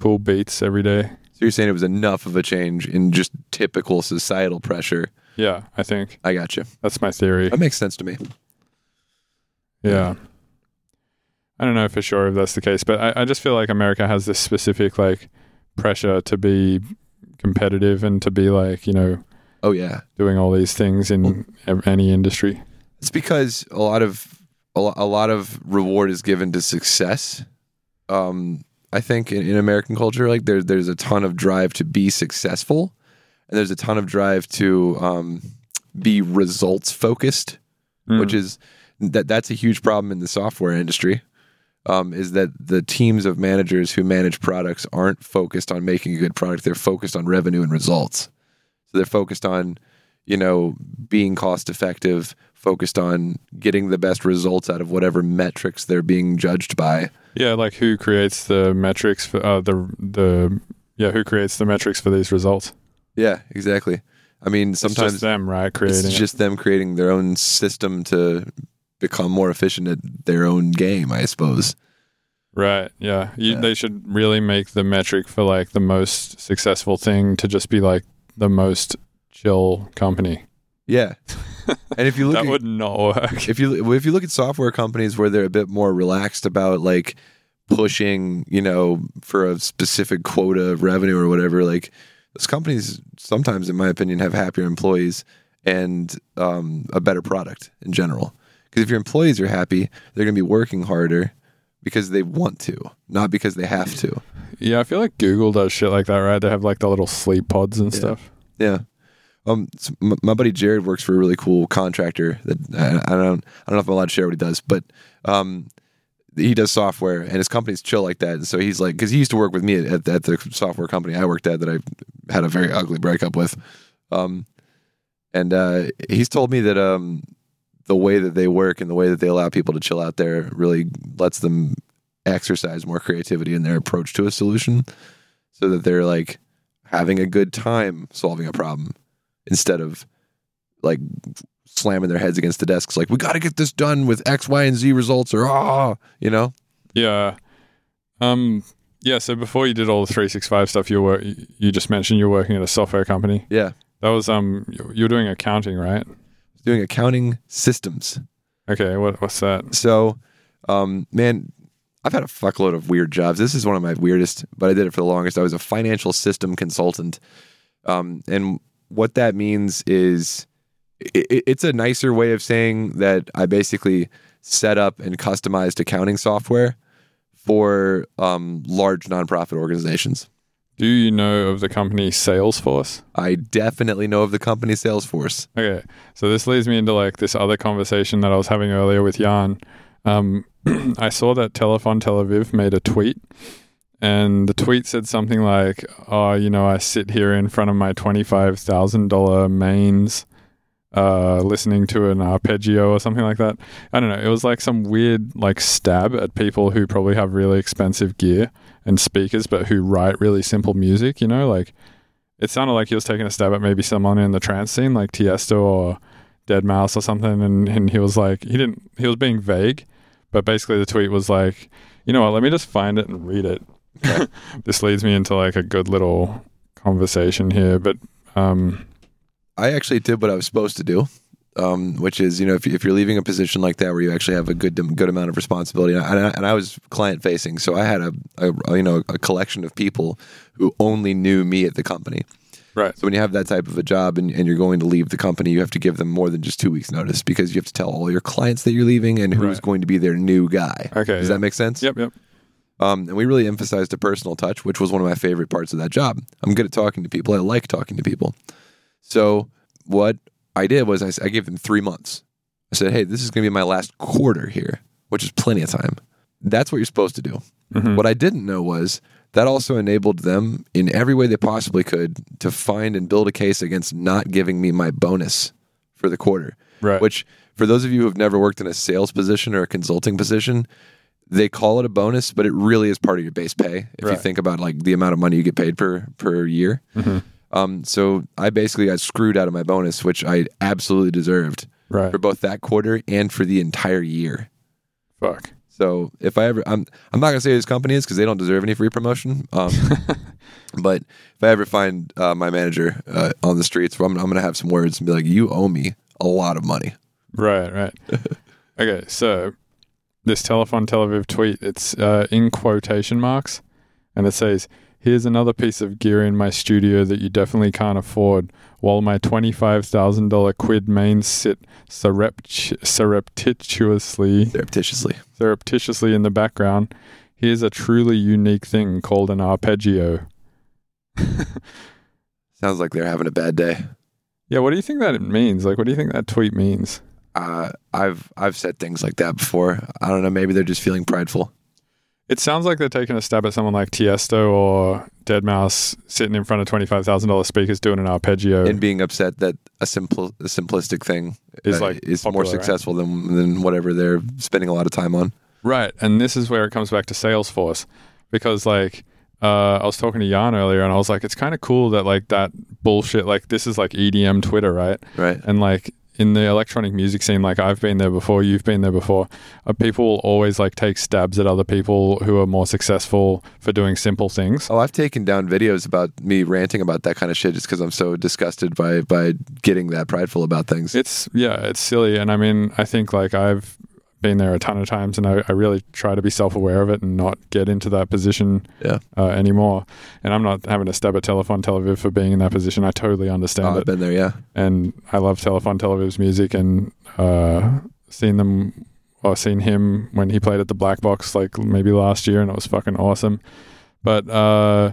[SPEAKER 1] cool beats every day.
[SPEAKER 6] So you're saying it was enough of a change in just typical societal pressure.
[SPEAKER 1] Yeah, I think
[SPEAKER 6] I got you.
[SPEAKER 1] that's my theory.
[SPEAKER 6] That makes sense to me.
[SPEAKER 1] Yeah. I don't know for sure if that's the case, but I, I just feel like America has this specific like pressure to be competitive and to be like, you know,
[SPEAKER 6] Oh yeah,
[SPEAKER 1] doing all these things in ev- any industry.
[SPEAKER 6] it's because a lot of a lo- a lot of reward is given to success. Um, I think in, in American culture, like there there's a ton of drive to be successful, and there's a ton of drive to um, be results focused, which is that that's a huge problem in the software industry. um, is that the teams of managers who manage products aren't focused on making a good product. They're focused on revenue and results. So they're focused on, you know, being cost effective, focused on getting the best results out of whatever metrics they're being judged by.
[SPEAKER 1] Yeah, like who creates the metrics for uh, the the yeah, who creates the metrics for these results?
[SPEAKER 6] Yeah, exactly. I mean,
[SPEAKER 1] Sometimes
[SPEAKER 6] sometimes
[SPEAKER 1] them, right? Creating.
[SPEAKER 6] it's
[SPEAKER 1] it.
[SPEAKER 6] just them creating their own system to become more efficient at their own game, I suppose.
[SPEAKER 1] Right. Yeah. You,
[SPEAKER 6] Yeah.
[SPEAKER 1] They should really make the metric for like the most successful thing to just be like the most chill company.
[SPEAKER 6] Yeah. And if you look
[SPEAKER 1] that
[SPEAKER 6] at,
[SPEAKER 1] would not work.
[SPEAKER 6] if you if you look at software companies where they're a bit more relaxed about like pushing, you know, for a specific quota of revenue or whatever, like those companies sometimes, in my opinion, have happier employees and um, a better product in general. Because if your employees are happy, they're going to be working harder, because they want to, not because they have to.
[SPEAKER 1] Yeah, I feel like Google does shit like that, right? They have like the little sleep pods and stuff.
[SPEAKER 6] Yeah. Um, s- m- my buddy Jared works for a really cool contractor that I, I don't I don't know if I'm allowed to share what he does, but um, he does software and his company's chill like that. And so he's like, because he used to work with me at, at, the software company I worked at that I had a very ugly breakup with, um, and uh, he's told me that um, the way that they work and the way that they allow people to chill out there really lets them exercise more creativity in their approach to a solution, so that they're like having a good time solving a problem instead of like slamming their heads against the desks like we got to get this done with x y and z results or ah you know
[SPEAKER 1] Yeah. Um. Yeah. So before you did all the three six five stuff, you were you just mentioned you're working at a software company.
[SPEAKER 6] yeah
[SPEAKER 1] That was um. you- You were doing accounting, right?
[SPEAKER 6] doing accounting systems
[SPEAKER 1] Okay. What what's that?
[SPEAKER 6] so um man i've had a fuckload of weird jobs this is one of my weirdest but i did it for the longest i was a financial system consultant um and what that means is it, it's a nicer way of saying that i basically set up and customized accounting software for um, large nonprofit organizations
[SPEAKER 1] Do you know of the company Salesforce?
[SPEAKER 6] I definitely know of the company Salesforce.
[SPEAKER 1] Okay, so this leads me into like this other conversation that I was having earlier with Jan. Um, I saw that Telefon Tel Aviv made a tweet, and the tweet said something like, "Oh, you know, I sit here in front of my twenty-five thousand dollar mains, uh, listening to an arpeggio or something like that." I don't know. It was like some weird like stab at people who probably have really expensive gear and speakers, but who write really simple music. You know, like it sounded like he was taking a stab at maybe someone in the trance scene, like Tiesto or Dead Mouse or something. And, and he was like, he didn't, he was being vague, but basically the tweet was like, you know what, let me just find it and read it. this leads me into like a good little conversation here, but um,
[SPEAKER 6] I actually did what I was supposed to do, um, which is you know if, if you're leaving a position like that where you actually have a good good amount of responsibility, and I, and I was client facing, so I had a, a you know a collection of people who only knew me at the company.
[SPEAKER 1] right.
[SPEAKER 6] So when you have that type of a job and, and you're going to leave the company, you have to give them more than just two weeks notice because you have to tell all your clients that you're leaving and who's
[SPEAKER 1] Right.
[SPEAKER 6] going to be their new guy.
[SPEAKER 1] Okay,
[SPEAKER 6] does
[SPEAKER 1] yeah.
[SPEAKER 6] that make sense?
[SPEAKER 1] Yep, yep.
[SPEAKER 6] Um, and we really emphasized the personal touch, which was one of my favorite parts of that job. I'm good at talking to people. I like talking to people. So what I did was I, s- I gave them three months. I said, hey, this is going to be my last quarter here, which is plenty of time. That's what you're supposed to do.
[SPEAKER 1] Mm. Mm-hmm.
[SPEAKER 6] What I didn't know was that also enabled them in every way they possibly could to find and build a case against not giving me my bonus for the quarter.
[SPEAKER 1] Right.
[SPEAKER 6] Which, for those of you who've never worked in a sales position or a consulting position, they call it a bonus, but it really is part of your base pay. If you
[SPEAKER 1] Right. Mm-hmm.
[SPEAKER 6] think about like the amount of money you get paid per per year, um, so I basically got screwed out of my bonus, which I absolutely deserved
[SPEAKER 1] Right.
[SPEAKER 6] for both that quarter and for the entire year.
[SPEAKER 1] Fuck.
[SPEAKER 6] So if I ever, I'm I'm not gonna say who this company is because they don't deserve any free promotion. Um, but if I ever find uh, my manager uh, on the streets, I'm, I'm gonna have some words and be like, "You owe me a lot of money."
[SPEAKER 1] Right, right. okay, so this Telefon Tel Aviv tweet, it's uh, in quotation marks, and it says, Here's another piece of gear in my studio that you definitely can't afford. While my $25,000 quid mains sit surrept- surreptitiously
[SPEAKER 6] Surreptitiously,
[SPEAKER 1] surreptitiously in the background, here's a truly unique thing called an arpeggio.
[SPEAKER 6] sounds like they're having a bad day.
[SPEAKER 1] Yeah, what do you think that means? Like, what do you think that tweet means?
[SPEAKER 6] Uh, I've I've said things like that before. I don't know. Maybe they're just feeling prideful.
[SPEAKER 1] It sounds like they're taking a stab at someone like Tiesto or Dead Mouse sitting in front of twenty five thousand dollars speakers doing an arpeggio.
[SPEAKER 6] and being upset that a simple a simplistic thing
[SPEAKER 1] Is,
[SPEAKER 6] uh,
[SPEAKER 1] like,
[SPEAKER 6] is more
[SPEAKER 1] popular, right?
[SPEAKER 6] successful than than whatever they're spending a lot of time on.
[SPEAKER 1] right, and this is where it comes back to Salesforce because like uh, I was talking to Jan earlier, and I was like, it's kind of cool that like that bullshit. Like this is like EDM Twitter, right?
[SPEAKER 6] Right.
[SPEAKER 1] And like in the electronic music scene, like I've been there before, you've been there before. Uh, people will always like take stabs at other people who are more successful for doing simple things.
[SPEAKER 6] Oh, I've taken down videos about me ranting about that kind of shit just because I'm so disgusted by by getting that prideful about things.
[SPEAKER 1] It's yeah, it's silly, and I mean, I think like I've been there a ton of times, and I, I really try to be self-aware of it and not get into that position
[SPEAKER 6] Yeah.
[SPEAKER 1] uh, anymore. And I'm not having to stab at Telefon Tel Aviv for being in that position. I totally understand
[SPEAKER 6] Oh, I've
[SPEAKER 1] it,
[SPEAKER 6] been there. Yeah.
[SPEAKER 1] and I love Telefon Tel Aviv's music and uh, seeing them or seen him when he played at the Black Box like maybe last year, and it was fucking awesome. But uh,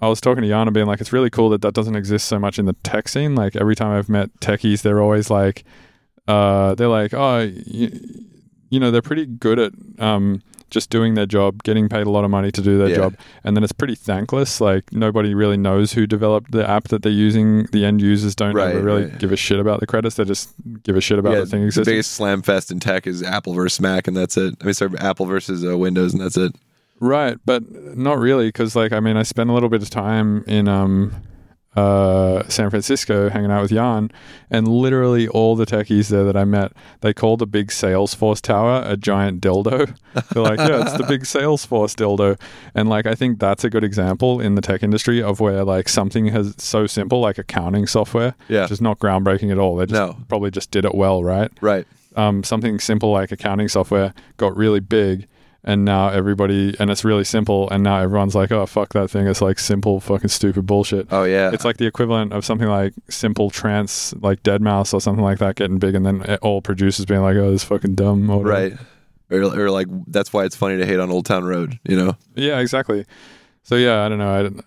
[SPEAKER 1] I was talking to Yana, being like, it's really cool that that doesn't exist so much in the tech scene. Like every time I've met techies, they're always like, uh, they're like, oh, you, you know, they're pretty good at um, just doing their job, getting paid a lot of money to do their
[SPEAKER 6] Yeah.
[SPEAKER 1] job, and then it's pretty thankless. Like nobody really knows who developed the app that they're using. The end users don't
[SPEAKER 6] Right,
[SPEAKER 1] ever really
[SPEAKER 6] right.
[SPEAKER 1] give a shit about the credits. They just give a shit about
[SPEAKER 6] yeah,
[SPEAKER 1] the thing
[SPEAKER 6] the
[SPEAKER 1] existing.
[SPEAKER 6] biggest slam fest in tech is Apple versus Mac, and that's it. I mean, sorry, Apple versus uh, Windows, and that's it.
[SPEAKER 1] Right, but not really, because like I mean, I spent a little bit of time in um, uh, San Francisco hanging out with Jan, and literally all the techies there that I met, they called the big Salesforce tower a giant dildo. They're like, yeah, it's the big Salesforce dildo, and like I think that's a good example in the tech industry of where like something has so simple like accounting software,
[SPEAKER 6] Yeah.
[SPEAKER 1] which is not groundbreaking at all. They just
[SPEAKER 6] No.
[SPEAKER 1] probably just did it well, right?
[SPEAKER 6] Right.
[SPEAKER 1] um, something simple like accounting software got really big and now everybody and it's really simple and now everyone's like oh fuck that thing it's like simple fucking stupid bullshit
[SPEAKER 6] Oh yeah.
[SPEAKER 1] it's like the equivalent of something like simple trance like dead mouse or something like that getting big and then it- all producers being like oh this is fucking dumb or whatever.
[SPEAKER 6] right. Or, or like that's why it's funny to hate on Old Town Road. You know.
[SPEAKER 1] yeah exactly so yeah i don't know i don't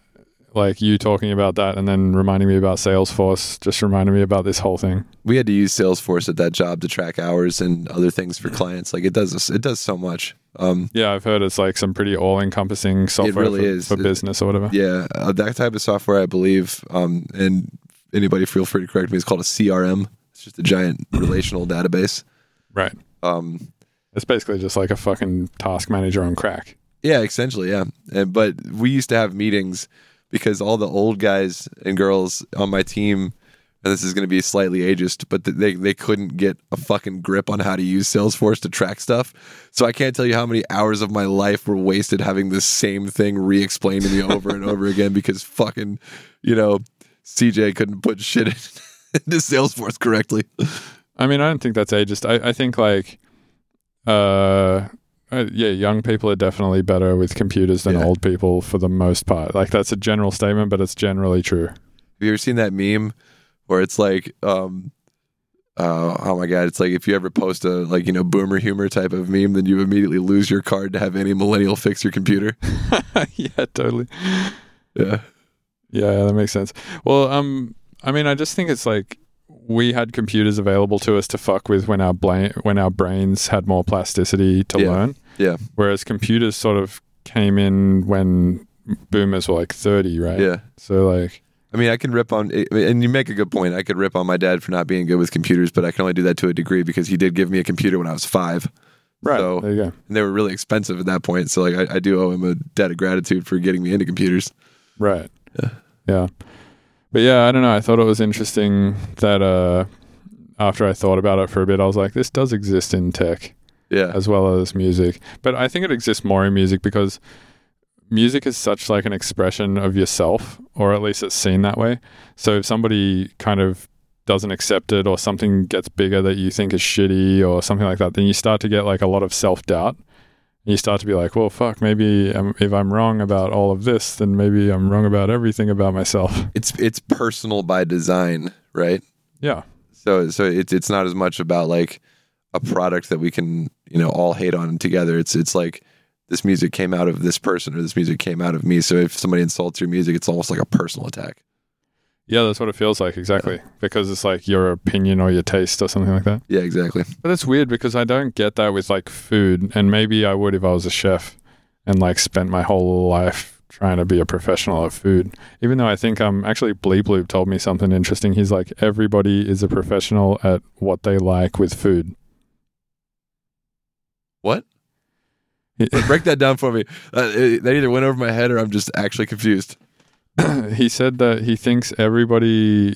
[SPEAKER 1] like you talking about that and then reminding me about salesforce just reminded me about this whole thing
[SPEAKER 6] we had to use Salesforce at that job to track hours and other things for clients. Like it does, it does so much. Um,
[SPEAKER 1] yeah i've heard it's like some pretty all-encompassing software
[SPEAKER 6] really
[SPEAKER 1] for,
[SPEAKER 6] is.
[SPEAKER 1] for
[SPEAKER 6] It-
[SPEAKER 1] business or whatever
[SPEAKER 6] yeah, uh, that type of software, I believe, um, and anybody feel free to correct me. It's called a CRM. It's just a giant relational database.
[SPEAKER 1] right
[SPEAKER 6] Um,
[SPEAKER 1] It's basically just like a fucking task manager on crack.
[SPEAKER 6] yeah, essentially, yeah. And, but we used to have meetings because all the old guys and girls on my team. And this is going to be slightly ageist, but th- they they couldn't get a fucking grip on how to use Salesforce to track stuff. So I can't tell you how many hours of my life were wasted having the same thing re-explained to me over and over again because fucking, you know, CJ couldn't put shit in, into Salesforce correctly.
[SPEAKER 1] I mean, I don't think that's ageist. I, I think like, uh, uh, yeah, young people are definitely better with computers than
[SPEAKER 6] Yeah.
[SPEAKER 1] old people for the most part. Like that's a general statement, but it's generally true.
[SPEAKER 6] Have you ever seen that meme where it's like, um, uh, oh my god, it's like if you ever post a like you know boomer humor type of meme, then you immediately lose your card to have any millennial fix your computer.
[SPEAKER 1] yeah, totally.
[SPEAKER 6] Yeah,
[SPEAKER 1] Yeah, that makes sense. Well, um, I mean, I just think it's like we had computers available to us to fuck with when our brain when our brains had more plasticity to
[SPEAKER 6] Yeah.
[SPEAKER 1] learn.
[SPEAKER 6] Yeah.
[SPEAKER 1] Whereas computers sort of came in when boomers were like thirty, right?
[SPEAKER 6] yeah.
[SPEAKER 1] So like,
[SPEAKER 6] I mean, I can rip on, I mean, and you make a good point. I could rip on my dad for not being good with computers, but I can only do that to a degree because he did give me a computer when I was five,
[SPEAKER 1] right
[SPEAKER 6] So-
[SPEAKER 1] there you go.
[SPEAKER 6] and they were really expensive at that point. So, like, I, I do owe him a debt of gratitude for getting me into computers.
[SPEAKER 1] Right. Yeah. But yeah, I don't know. I thought it was interesting that uh, after I thought about it for a bit, I was like, this does exist in tech.
[SPEAKER 6] Yeah,
[SPEAKER 1] as well as music. But I think it exists more in music because music is such like an expression of yourself, or at least it's seen that way. So if somebody kind of doesn't accept it or something gets bigger that you think is shitty or something like that, then you start to get like a lot of self doubt. You start to be like, well, fuck, maybe um if I'm wrong about all of this, then maybe I'm wrong about everything about myself.
[SPEAKER 6] it's it's personal by design, right?
[SPEAKER 1] Yeah.
[SPEAKER 6] So, so it's it's not as much about like a product that we can you know all hate on together. It's it's like this music came out of this person or this music came out of me. So if somebody insults your music, it's almost like a personal attack.
[SPEAKER 1] Yeah, that's what it feels like, exactly. Because it's like your opinion or your taste or something like that.
[SPEAKER 6] Yeah, exactly.
[SPEAKER 1] But that's weird because I don't get that with like food, and maybe I would if I was a chef and like spent my whole life trying to be a professional at food. Even though I think um actually Bleep Loop told me something interesting. He's like everybody is a professional at what they like with food.
[SPEAKER 6] What?
[SPEAKER 1] He,
[SPEAKER 6] Break that down for me. Uh, it- that either went over my head or I'm just actually confused.
[SPEAKER 1] he said that he thinks everybody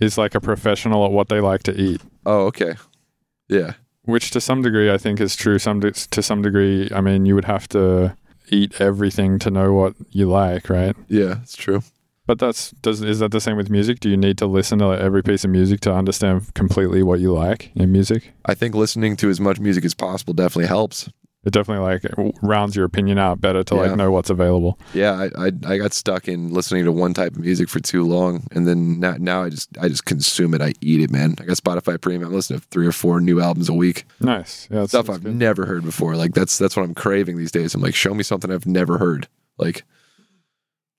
[SPEAKER 1] is like a professional at what they like to eat.
[SPEAKER 6] Oh, okay. Yeah.
[SPEAKER 1] which to some degree I think is true. Some de- to some degree, I mean, you would have to eat everything to know what you like, right?
[SPEAKER 6] Yeah, it's true.
[SPEAKER 1] But that's does is that the same with music? Do you need to listen to every piece of music to understand completely what you like in music?
[SPEAKER 6] I think listening to as much music as possible definitely helps.
[SPEAKER 1] it definitely like rounds your opinion out better to like
[SPEAKER 6] Yeah.
[SPEAKER 1] know what's available.
[SPEAKER 6] Yeah, I, I I got stuck in listening to one type of music for too long, and then now, now I just I just consume it. I eat it, man. I got Spotify Premium. I'm listening to three or four new albums a week.
[SPEAKER 1] Nice. Yeah. that's-
[SPEAKER 6] Stuff
[SPEAKER 1] that's
[SPEAKER 6] I've
[SPEAKER 1] good.
[SPEAKER 6] never heard before. Like that's that's what I'm craving these days. I'm like, show me something I've never heard. Like,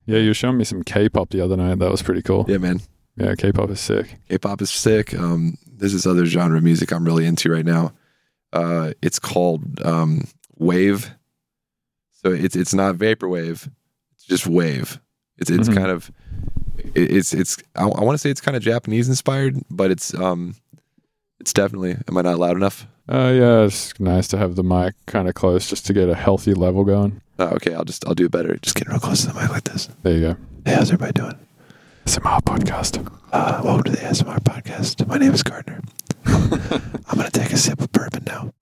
[SPEAKER 1] Yeah, you were showing me some K-pop the other night. That was pretty cool.
[SPEAKER 6] yeah, man.
[SPEAKER 1] Yeah, K-pop is sick.
[SPEAKER 6] K-pop is sick. Um, there's this other genre of music I'm really into right now. Uh, it's called um, wave. So it's it's not vaporwave. It's just wave. It's it's
[SPEAKER 1] Mhm.
[SPEAKER 6] kind of it- it's it's I, I want to say it's kind of Japanese inspired, but it's um it's definitely. Am I not loud enough?
[SPEAKER 1] Uh, yeah, it's nice to have the mic kind of close just to get a healthy level going.
[SPEAKER 6] Oh, okay, I'll just I'll do better. Just get real close to the mic like this.
[SPEAKER 1] There you go.
[SPEAKER 6] Hey, how's everybody doing?
[SPEAKER 1] SMR podcast.
[SPEAKER 6] Uh, welcome to the ASMR podcast. My name is Gardner. I'm gonna take a sip of bourbon now.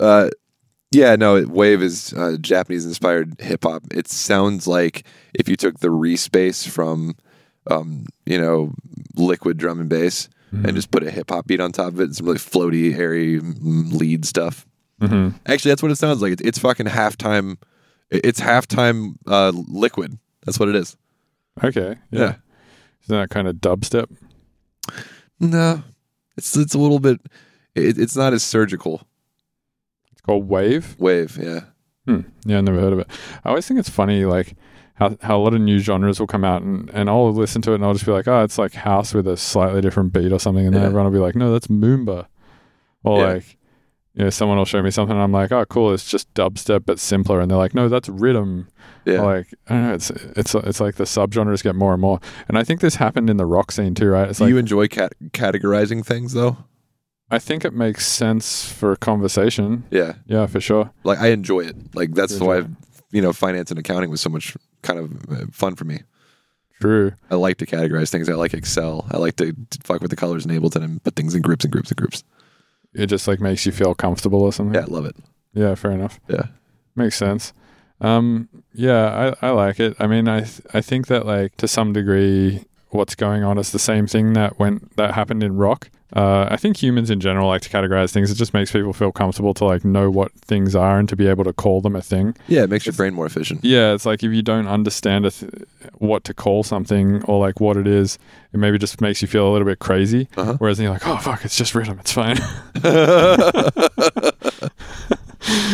[SPEAKER 6] uh, yeah, no, it- Wave is uh, Japanese inspired hip hop. It sounds like if you took the respace from, um, you know, liquid drum and bass
[SPEAKER 1] Mm-hmm.
[SPEAKER 6] and just put a hip hop beat on top of it, some really floaty, airy mm, lead stuff.
[SPEAKER 1] hmm
[SPEAKER 6] Actually, that's what it sounds like. It's, it's fucking halftime. it- It's halftime uh, liquid. That's what it is.
[SPEAKER 1] Okay. Yeah.
[SPEAKER 6] Yeah.
[SPEAKER 1] Isn't that kind of dubstep?
[SPEAKER 6] No, it's it's a little bit. It, it's not as surgical.
[SPEAKER 1] It's called Wave.
[SPEAKER 6] Wave, yeah.
[SPEAKER 1] Hmm. Yeah, I never heard of it. I always think it's funny, like how how a lot of new genres will come out, and, and I'll listen to it, and I'll just be like, oh, it's like house with a slightly different beat or something, and then
[SPEAKER 6] Yeah.
[SPEAKER 1] everyone will be like, no, that's Moomba, or
[SPEAKER 6] Yeah.
[SPEAKER 1] like, you know, someone will show me something, and I'm like, oh, cool, it's just dubstep but simpler, and they're like, no, that's rhythm.
[SPEAKER 6] Yeah.
[SPEAKER 1] Like Oh, I don't know, it's it's it's like the subgenres get more and more, and I think this happened in the rock scene too, right? It's
[SPEAKER 6] Do
[SPEAKER 1] like
[SPEAKER 6] you enjoy cat- categorizing things though?
[SPEAKER 1] I think it makes sense for a conversation.
[SPEAKER 6] Yeah,
[SPEAKER 1] Yeah, for sure.
[SPEAKER 6] like I enjoy it. Like that's
[SPEAKER 1] You
[SPEAKER 6] why
[SPEAKER 1] enjoy
[SPEAKER 6] you know finance and accounting was so much kind of uh, fun for me.
[SPEAKER 1] True.
[SPEAKER 6] I like to categorize things. I like Excel. I like to t- fuck with the colors in Ableton and put things in groups and groups and groups.
[SPEAKER 1] It just like makes you feel comfortable or something.
[SPEAKER 6] Yeah, I love it.
[SPEAKER 1] Yeah, fair enough.
[SPEAKER 6] Yeah.
[SPEAKER 1] Makes sense. Um, yeah, I, I like it. I mean, I th- I think that like to some degree, what's going on is the same thing that went that happened in rock. Uh, I think humans in general like to categorize things. It just makes people feel comfortable to like know what things are and to be able to call them a thing.
[SPEAKER 6] Yeah, it makes your brain more efficient.
[SPEAKER 1] Yeah, it's like if you don't understand a th- what to call something or like what it is, it maybe just makes you feel a little bit crazy.
[SPEAKER 6] Uh-huh.
[SPEAKER 1] Whereas then you're like, oh fuck, it's just rhythm, it's fine.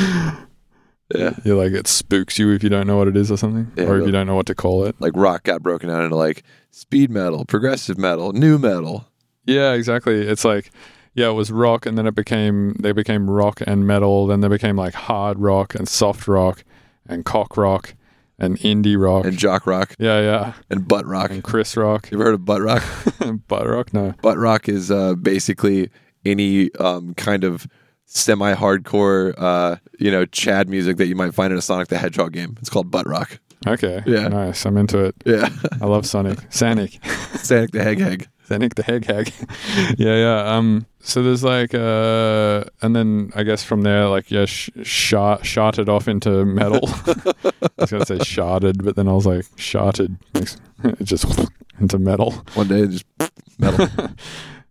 [SPEAKER 6] Yeah.
[SPEAKER 1] you're like it spooks you if you don't know what it is or something,
[SPEAKER 6] Yeah,
[SPEAKER 1] or if
[SPEAKER 6] really.
[SPEAKER 1] you don't know what to call it.
[SPEAKER 6] Like rock got broken down into like speed metal, progressive metal, new metal.
[SPEAKER 1] Yeah, exactly. It's like yeah, it was rock and then it became they became rock and metal, then they became like hard rock and soft rock and cock rock and indie rock.
[SPEAKER 6] and jock rock
[SPEAKER 1] yeah, yeah.
[SPEAKER 6] and butt rock.
[SPEAKER 1] And
[SPEAKER 6] You
[SPEAKER 1] Chris rock,
[SPEAKER 6] ever heard of butt rock?
[SPEAKER 1] butt rock, no.
[SPEAKER 6] butt rock is uh, basically any um, kind of semi-hardcore, uh, you know, Chad music that you might find in a Sonic the Hedgehog game. It's called butt rock.
[SPEAKER 1] Okay.
[SPEAKER 6] Yeah.
[SPEAKER 1] Nice. I'm into it.
[SPEAKER 6] Yeah,
[SPEAKER 1] I love Sonic. Sonic.
[SPEAKER 6] Sonic the Heg Heg.
[SPEAKER 1] Sonic the Hag Hag. yeah, yeah. Um. So there's like, uh, and then I guess from there, like, yeah, sh- shot shotted off into metal. I was gonna say shotted, but then I was like, shotted. Makes- It just into metal.
[SPEAKER 6] One day, just metal.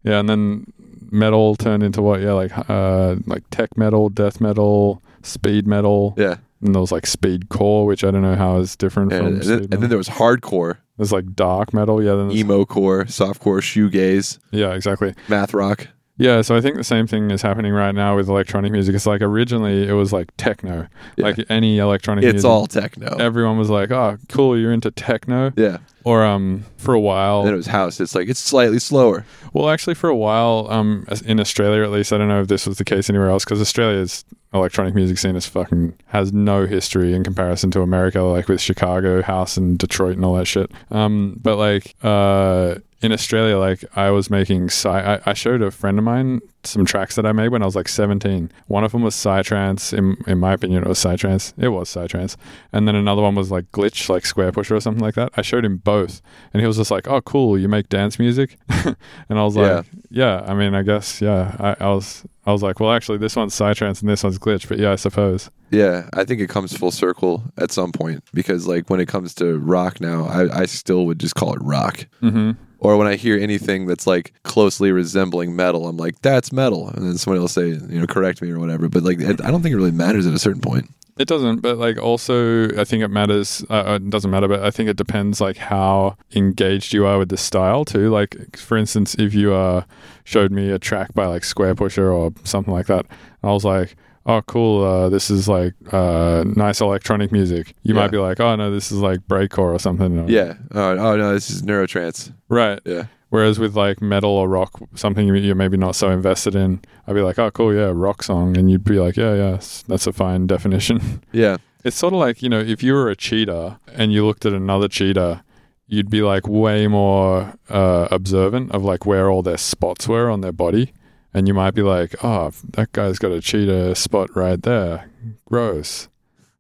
[SPEAKER 1] Yeah, and then metal turned into what? Yeah, like, uh, like tech metal, death metal, speed metal.
[SPEAKER 6] Yeah,
[SPEAKER 1] And there was like speed core, which I don't know how is different
[SPEAKER 6] and,
[SPEAKER 1] from.
[SPEAKER 6] and,
[SPEAKER 1] speed
[SPEAKER 6] then,
[SPEAKER 1] metal.
[SPEAKER 6] and then there was hardcore,
[SPEAKER 1] there's like dark metal. Yeah. Then there's-
[SPEAKER 6] emo core, softcore, shoegaze,
[SPEAKER 1] yeah. Exactly.
[SPEAKER 6] math rock.
[SPEAKER 1] Yeah, so I think the same thing is happening right now with electronic music. It's like originally it was like techno,
[SPEAKER 6] Yeah.
[SPEAKER 1] like any electronic.
[SPEAKER 6] It's
[SPEAKER 1] music.
[SPEAKER 6] all techno.
[SPEAKER 1] Everyone was like, "Oh, cool, you're into techno,"
[SPEAKER 6] Yeah.
[SPEAKER 1] or um, for a while.
[SPEAKER 6] Then it was house. It's like it's slightly slower.
[SPEAKER 1] well, actually, for a while, um, as- in Australia at least, I don't know if this was the case anywhere else because Australia's electronic music scene is fucking has no history in comparison to America, like with Chicago house and Detroit and all that shit. Um, but like, uh, in Australia, like I was making, psy- I, I showed a friend of mine some tracks that I made when I was like 17. One of them was Psytrance. In, in my opinion, it was Psytrance. It was Psytrance. And then another one was like Glitch, like Square Pusher or something like that. I showed him both and he was just like, oh, cool. You make dance music. and I was like, yeah. I mean, I guess, yeah, I, I was, I was like, well, actually this one's Psytrance and this one's Glitch, but yeah, I suppose.
[SPEAKER 6] Yeah, I think it comes full circle at some point because, like, when it comes to rock now, I, I still would just call it rock.
[SPEAKER 1] Mm-hmm.
[SPEAKER 6] Or when I hear anything that's like closely resembling metal, I'm like, that's metal. And then somebody will say, you know, correct me or whatever. But like, it, I don't think it really matters at a certain point.
[SPEAKER 1] It doesn't, but like also, I think it matters. Uh, uh, it doesn't matter, but I think it depends like how engaged you are with the style too. Like for instance, if you uh, showed me a track by like Square Pusher or something like that, and I was like, "Oh, cool, uh, this is like uh, nice electronic music," you
[SPEAKER 6] Yeah.
[SPEAKER 1] might be like, "Oh no, this is like breakcore or something."
[SPEAKER 6] Yeah. Oh, oh no, this is neurotrance.
[SPEAKER 1] right.
[SPEAKER 6] Yeah.
[SPEAKER 1] Whereas with like metal or rock, something you're maybe not so invested in, I'd be like, "Oh, cool, yeah, rock song," and you'd be like, "Yeah, yeah, s- that's a fine definition."
[SPEAKER 6] Yeah.
[SPEAKER 1] It's sort of like, you know, if you were a cheetah and you looked at another cheetah, you'd be like way more uh, observant of like where all their spots were on their body. And you might be like, oh, that guy's got a cheetah spot right there. Gross.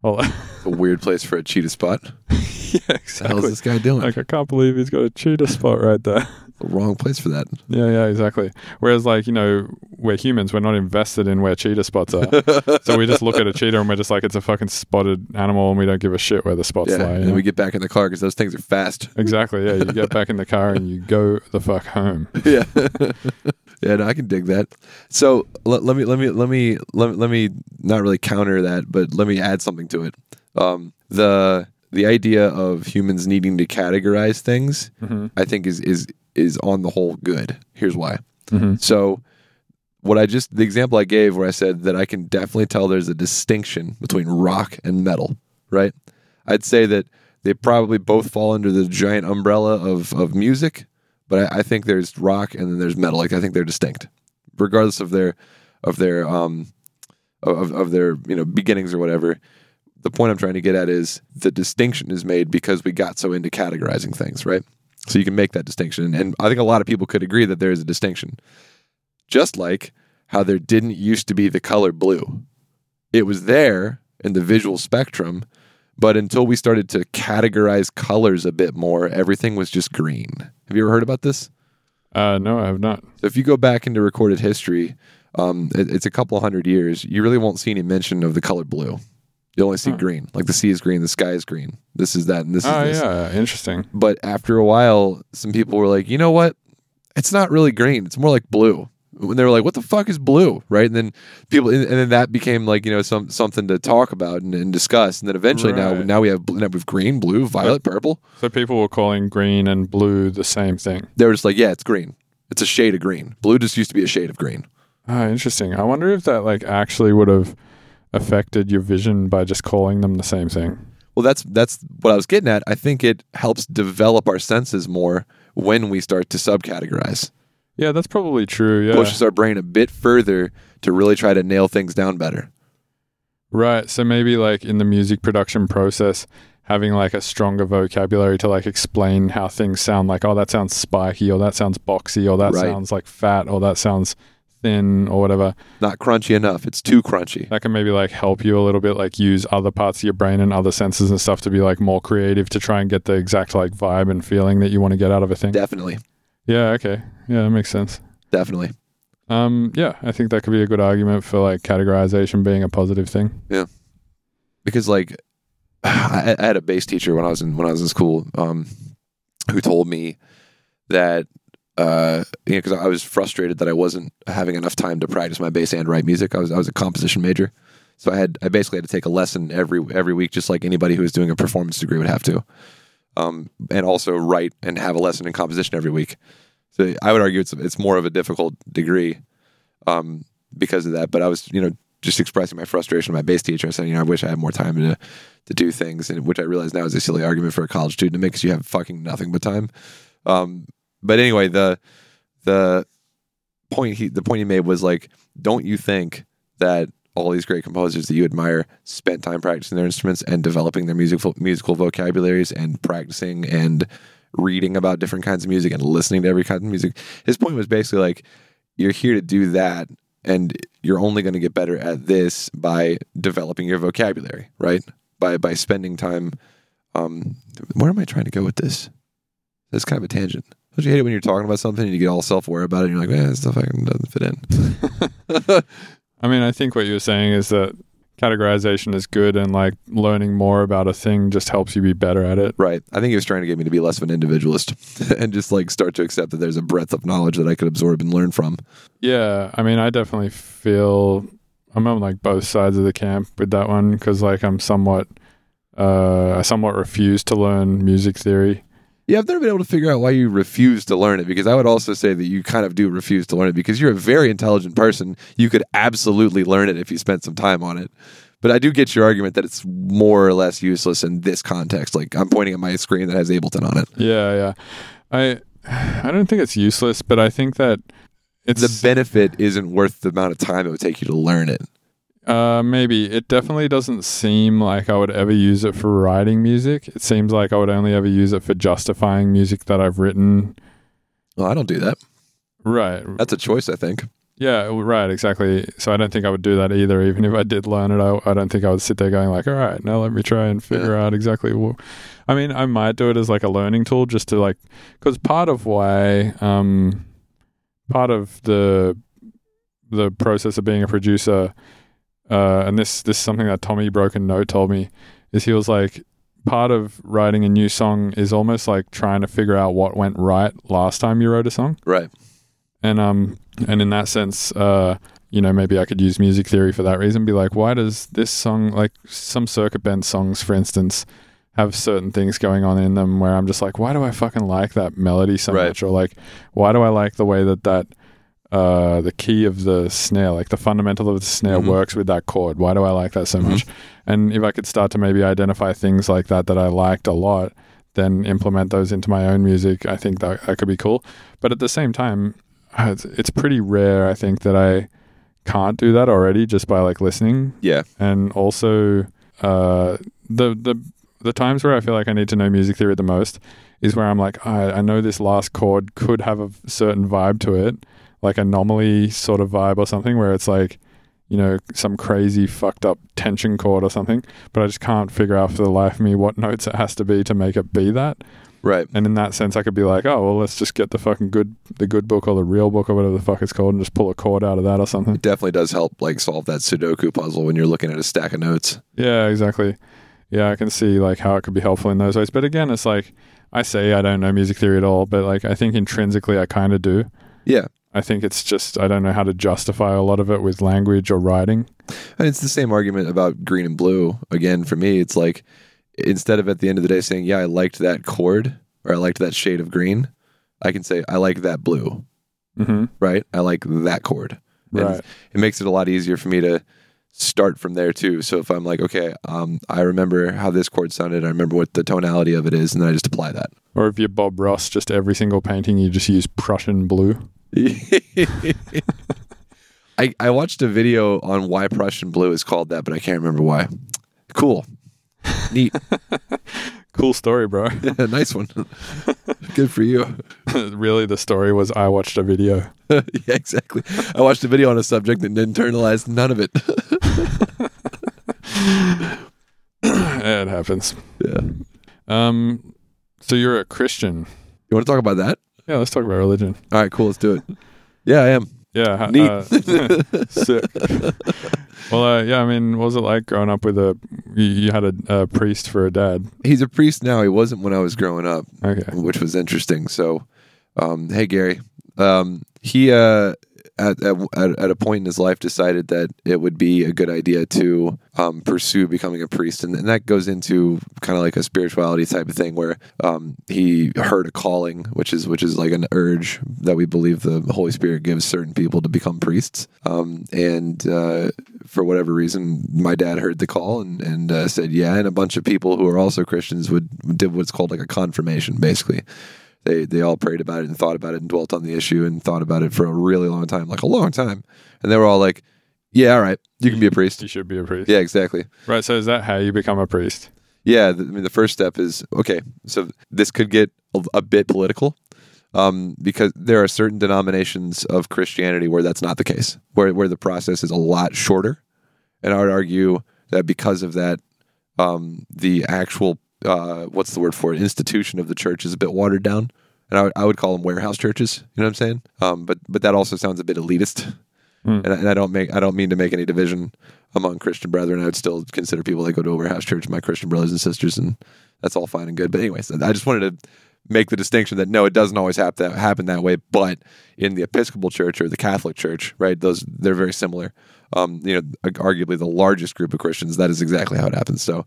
[SPEAKER 1] Well,
[SPEAKER 6] It's a weird place for a cheetah spot. What
[SPEAKER 1] yeah,
[SPEAKER 6] the hell is
[SPEAKER 1] exactly.
[SPEAKER 6] this guy doing?
[SPEAKER 1] Like, I can't believe he's got a cheetah spot right there.
[SPEAKER 6] Wrong place for that.
[SPEAKER 1] Yeah, yeah, exactly. Whereas, like, you know, we're humans, we're not invested in where cheetah spots are. so we just look at a cheetah and we're just like, it's a fucking spotted animal and we don't give a shit where the spots
[SPEAKER 6] Yeah.
[SPEAKER 1] lie. you
[SPEAKER 6] And then
[SPEAKER 1] know?
[SPEAKER 6] we get back in the car because those things are fast.
[SPEAKER 1] Exactly. Yeah, you get back in the car and you go the fuck home.
[SPEAKER 6] yeah yeah no, i can dig that so let, let me let me let me let, let me not really counter that but let me add something to it um the the idea of humans needing to categorize things i think is is is on the whole good here's why so what i just the example i gave where i said that i can definitely tell there's a distinction between rock and metal right i'd say that they probably both fall under the giant umbrella of of music but I, I think there's rock and then there's metal. Like I think they're distinct, regardless of their of their um of of their you know beginnings or whatever. The point I'm trying to get at is the distinction is made because we got so into categorizing things, right? So you can make that distinction, and I think a lot of people could agree that there is a distinction. Just like how there didn't used to be the color blue, it was there in the visual spectrum, but until we started to categorize colors a bit more, everything was just green. Have you ever heard about this?
[SPEAKER 1] Uh, no, I have not.
[SPEAKER 6] So if you go back into recorded history, um, it- it's a couple hundred years. You really won't see any mention of the color blue. You only see green. Like the sea is green, the sky is green. This is that, and this
[SPEAKER 1] Oh,
[SPEAKER 6] is this.
[SPEAKER 1] yeah. Interesting.
[SPEAKER 6] But after a while, some people were like, you know what? It's not really green. It's more like blue. When they were like, what the fuck is blue? Right. And then people, and and then that became like, you know, some something to talk about and, and discuss. And then eventually now,
[SPEAKER 1] Right.
[SPEAKER 6] now we have, bl- now we have green, blue, violet, purple.
[SPEAKER 1] So people were calling green and blue the same thing.
[SPEAKER 6] They were just like, yeah, it's green. It's a shade of green. Blue just used to be a shade of green.
[SPEAKER 1] Ah, interesting. I wonder if that like actually would have affected your vision by just calling them the same thing.
[SPEAKER 6] Well, that's that's what I was getting at. I think it helps develop our senses more when we start to subcategorize.
[SPEAKER 1] Yeah, that's probably true. Yeah.
[SPEAKER 6] Pushes our brain a bit further to really try to nail things down better.
[SPEAKER 1] Right. So maybe like in the music production process, having like a stronger vocabulary to like explain how things sound like, oh, that sounds spiky or that sounds boxy or that
[SPEAKER 6] Right.
[SPEAKER 1] sounds like fat or that sounds thin or whatever.
[SPEAKER 6] Not crunchy enough. It's too crunchy.
[SPEAKER 1] that can maybe like help you a little bit like use other parts of your brain and other senses and stuff to be like more creative to try and get the exact like vibe and feeling that you want to get out of a thing
[SPEAKER 6] Definitely.
[SPEAKER 1] yeah okay yeah that makes sense
[SPEAKER 6] Definitely.
[SPEAKER 1] um yeah i think that could be a good argument for like categorization being a positive thing
[SPEAKER 6] because like I, I had a bass teacher when I was in when I was in school um, who told me that uh, you know because I was frustrated that I wasn't having enough time to practice my bass and write music. I was I was a composition major, so I had I basically had to take a lesson every every week, just like anybody who was doing a performance degree would have to, um, and also write and have a lesson in composition every week. So I would argue it's it's more of a difficult degree um, because of that. But I was, you know, just expressing my frustration to my bass teacher. I said, you know, I wish I had more time to to do things, and which I realize now is a silly argument for a college student to make because you have fucking nothing but time. Um, but anyway, the the point he the point he made was like, don't you think that all these great composers that you admire spent time practicing their instruments and developing their musical musical vocabularies and practicing and reading about different kinds of music and listening to every kind of music. His point was basically like, you're here to do that, and you're only going to get better at this by developing your vocabulary, right? By by spending time. Um, where am I trying to go with this? That's kind of a tangent. Don't you hate it when you're talking about something and you get all self aware about it and you're like, man, eh, this stuff fucking doesn't fit in.
[SPEAKER 1] I mean, I think what you're saying is that categorization is good and like learning more about a thing just helps you be better at it.
[SPEAKER 6] Right. I think he was trying to get me to be less of an individualist and just like start to accept that there's a breadth of knowledge that I could absorb and learn from.
[SPEAKER 1] Yeah, I mean, I definitely feel I'm on like both sides of the camp with that one because like I'm somewhat, uh, I somewhat refuse to learn music theory.
[SPEAKER 6] Yeah, I've never been able to figure out why you refuse to learn it because I would also say that you kind of do refuse to learn it because you're a very intelligent person. You could absolutely learn it if you spent some time on it. But I do get your argument that it's more or less useless in this context. Like I'm pointing at my screen that has Ableton on it.
[SPEAKER 1] Yeah, yeah. I, I don't think it's useless, but I think that it's
[SPEAKER 6] The benefit isn't worth the amount of time it would take you to learn it.
[SPEAKER 1] Uh, maybe it definitely doesn't seem like I would ever use it for writing music. It seems like I would only ever use it for justifying music that I've written.
[SPEAKER 6] Well, I don't do that.
[SPEAKER 1] Right.
[SPEAKER 6] That's a choice, I think.
[SPEAKER 1] Yeah. Right. Exactly. So I don't think I would do that either. Even if I did learn it, I, I don't think I would sit there going like, "All right, now let me try and figure out exactly." What. I mean, I might do it as like a learning tool, just to like, because part of why, um, part of the the process of being a producer uh, and this this is something that Tommy Broken Note told me is he was like part of writing a new song is almost like trying to figure out what went right last time you wrote a song
[SPEAKER 6] Right.
[SPEAKER 1] and um and in that sense uh you know maybe I could use music theory for that reason be like why does this song like some circuit bend songs for instance have certain things going on in them where I'm just like why do I fucking like that melody so
[SPEAKER 6] Right.
[SPEAKER 1] much or like why do I like the way that that uh, the key of the snare, like the fundamental of the snare, works with that chord. Why do I like that so much? And if I could start to maybe identify things like that that I liked a lot, then implement those into my own music, I think that, that could be cool. But at the same time, uh, it's, it's pretty rare, I think, that I can't do that already just by like listening
[SPEAKER 6] Yeah.
[SPEAKER 1] and also uh, the the the times where I feel like I need to know music theory the most is where I'm like, I, I know this last chord could have a certain vibe to it, like anomaly sort of vibe or something, where it's like, you know, some crazy fucked up tension chord or something, but I just can't figure out for the life of me what notes it has to be to make it be that.
[SPEAKER 6] Right.
[SPEAKER 1] And in that sense, I could be like, oh well, let's just get the fucking good the good book or the real book or whatever the fuck it's called, and just pull a chord out of that or something.
[SPEAKER 6] Definitely does help like solve that Sudoku puzzle when you're looking at a stack of notes.
[SPEAKER 1] Yeah, exactly. Yeah, I can see like how it could be helpful in those ways. But again, it's like I say I don't know music theory at all, but like I think intrinsically I kind of do.
[SPEAKER 6] Yeah.
[SPEAKER 1] I think it's just I don't know how to justify a lot of it with language or writing.
[SPEAKER 6] And it's the same argument about green and blue. Again, for me, it's like instead of at the end of the day saying, yeah, I liked that chord or I liked that shade of green, I can say, I like that blue,
[SPEAKER 1] Mm-hmm.
[SPEAKER 6] right? I like that chord. And
[SPEAKER 1] Right.
[SPEAKER 6] It makes it a lot easier for me to start from there too. So if I'm like, okay, um, I remember how this chord sounded, I remember what the tonality of it is, and then I just apply that.
[SPEAKER 1] Or if you're Bob Ross, just every single painting you just use Prussian blue.
[SPEAKER 6] I, I watched a video on why Prussian blue is called that, but I can't remember why. Cool. Neat.
[SPEAKER 1] Cool story, bro.
[SPEAKER 6] nice one. Good for you.
[SPEAKER 1] really, the story was I watched a video.
[SPEAKER 6] yeah, exactly. I watched a video on a subject and internalized none of it.
[SPEAKER 1] it happens.
[SPEAKER 6] yeah.
[SPEAKER 1] Um, so you're a Christian.
[SPEAKER 6] You want to talk about that?
[SPEAKER 1] Yeah, let's talk about religion.
[SPEAKER 6] All right, cool. Let's do it. Yeah, I am.
[SPEAKER 1] Yeah. ha-
[SPEAKER 6] Neat.
[SPEAKER 1] uh, sick. Well, uh, yeah, I mean, what was it like growing up with a, you, you had a, a priest for a dad?
[SPEAKER 6] He's a priest now. He wasn't when I was growing up,
[SPEAKER 1] Okay.
[SPEAKER 6] which was interesting. So, um, hey, Gary. Um, he, uh, at, at, at at a point in his life, decided that it would be a good idea to um, pursue becoming a priest. And, and that goes into kind of like a spirituality type of thing where um, he heard a calling, which is which is like an urge that we believe the Holy Spirit gives certain people to become priests. Um, and uh, for whatever reason, my dad heard the call and, and uh, said, yeah. And a bunch of people who are also Christians would did what's called like a confirmation, basically they they all prayed about it and thought about it and dwelt on the issue and thought about it for a really long time, like a long time. And they were all like, "Yeah, all right, you can be a priest."
[SPEAKER 1] You should be a priest.
[SPEAKER 6] Yeah, exactly.
[SPEAKER 1] Right. So is that how you become a priest?
[SPEAKER 6] yeah, th- I mean, the first step is okay. So this could get a, a bit political um, because there are certain denominations of Christianity where that's not the case, where where the process is a lot shorter, and I would argue that because of that, um, the actual uh, what's the word for it institution of the church is a bit watered down, and I would, I would call them warehouse churches. You know what I'm saying? Um, but but that also sounds a bit elitist, and, I, and I don't make I don't mean to make any division among Christian brethren. I would still consider people that go to a warehouse church my Christian brothers and sisters, and that's all fine and good. But anyways, I just wanted to make the distinction that no, it doesn't always have to happen that way. But in the Episcopal Church or the Catholic Church, right? Those they're very similar. Um, you know, arguably the largest group of Christians. That is exactly how it happens. So,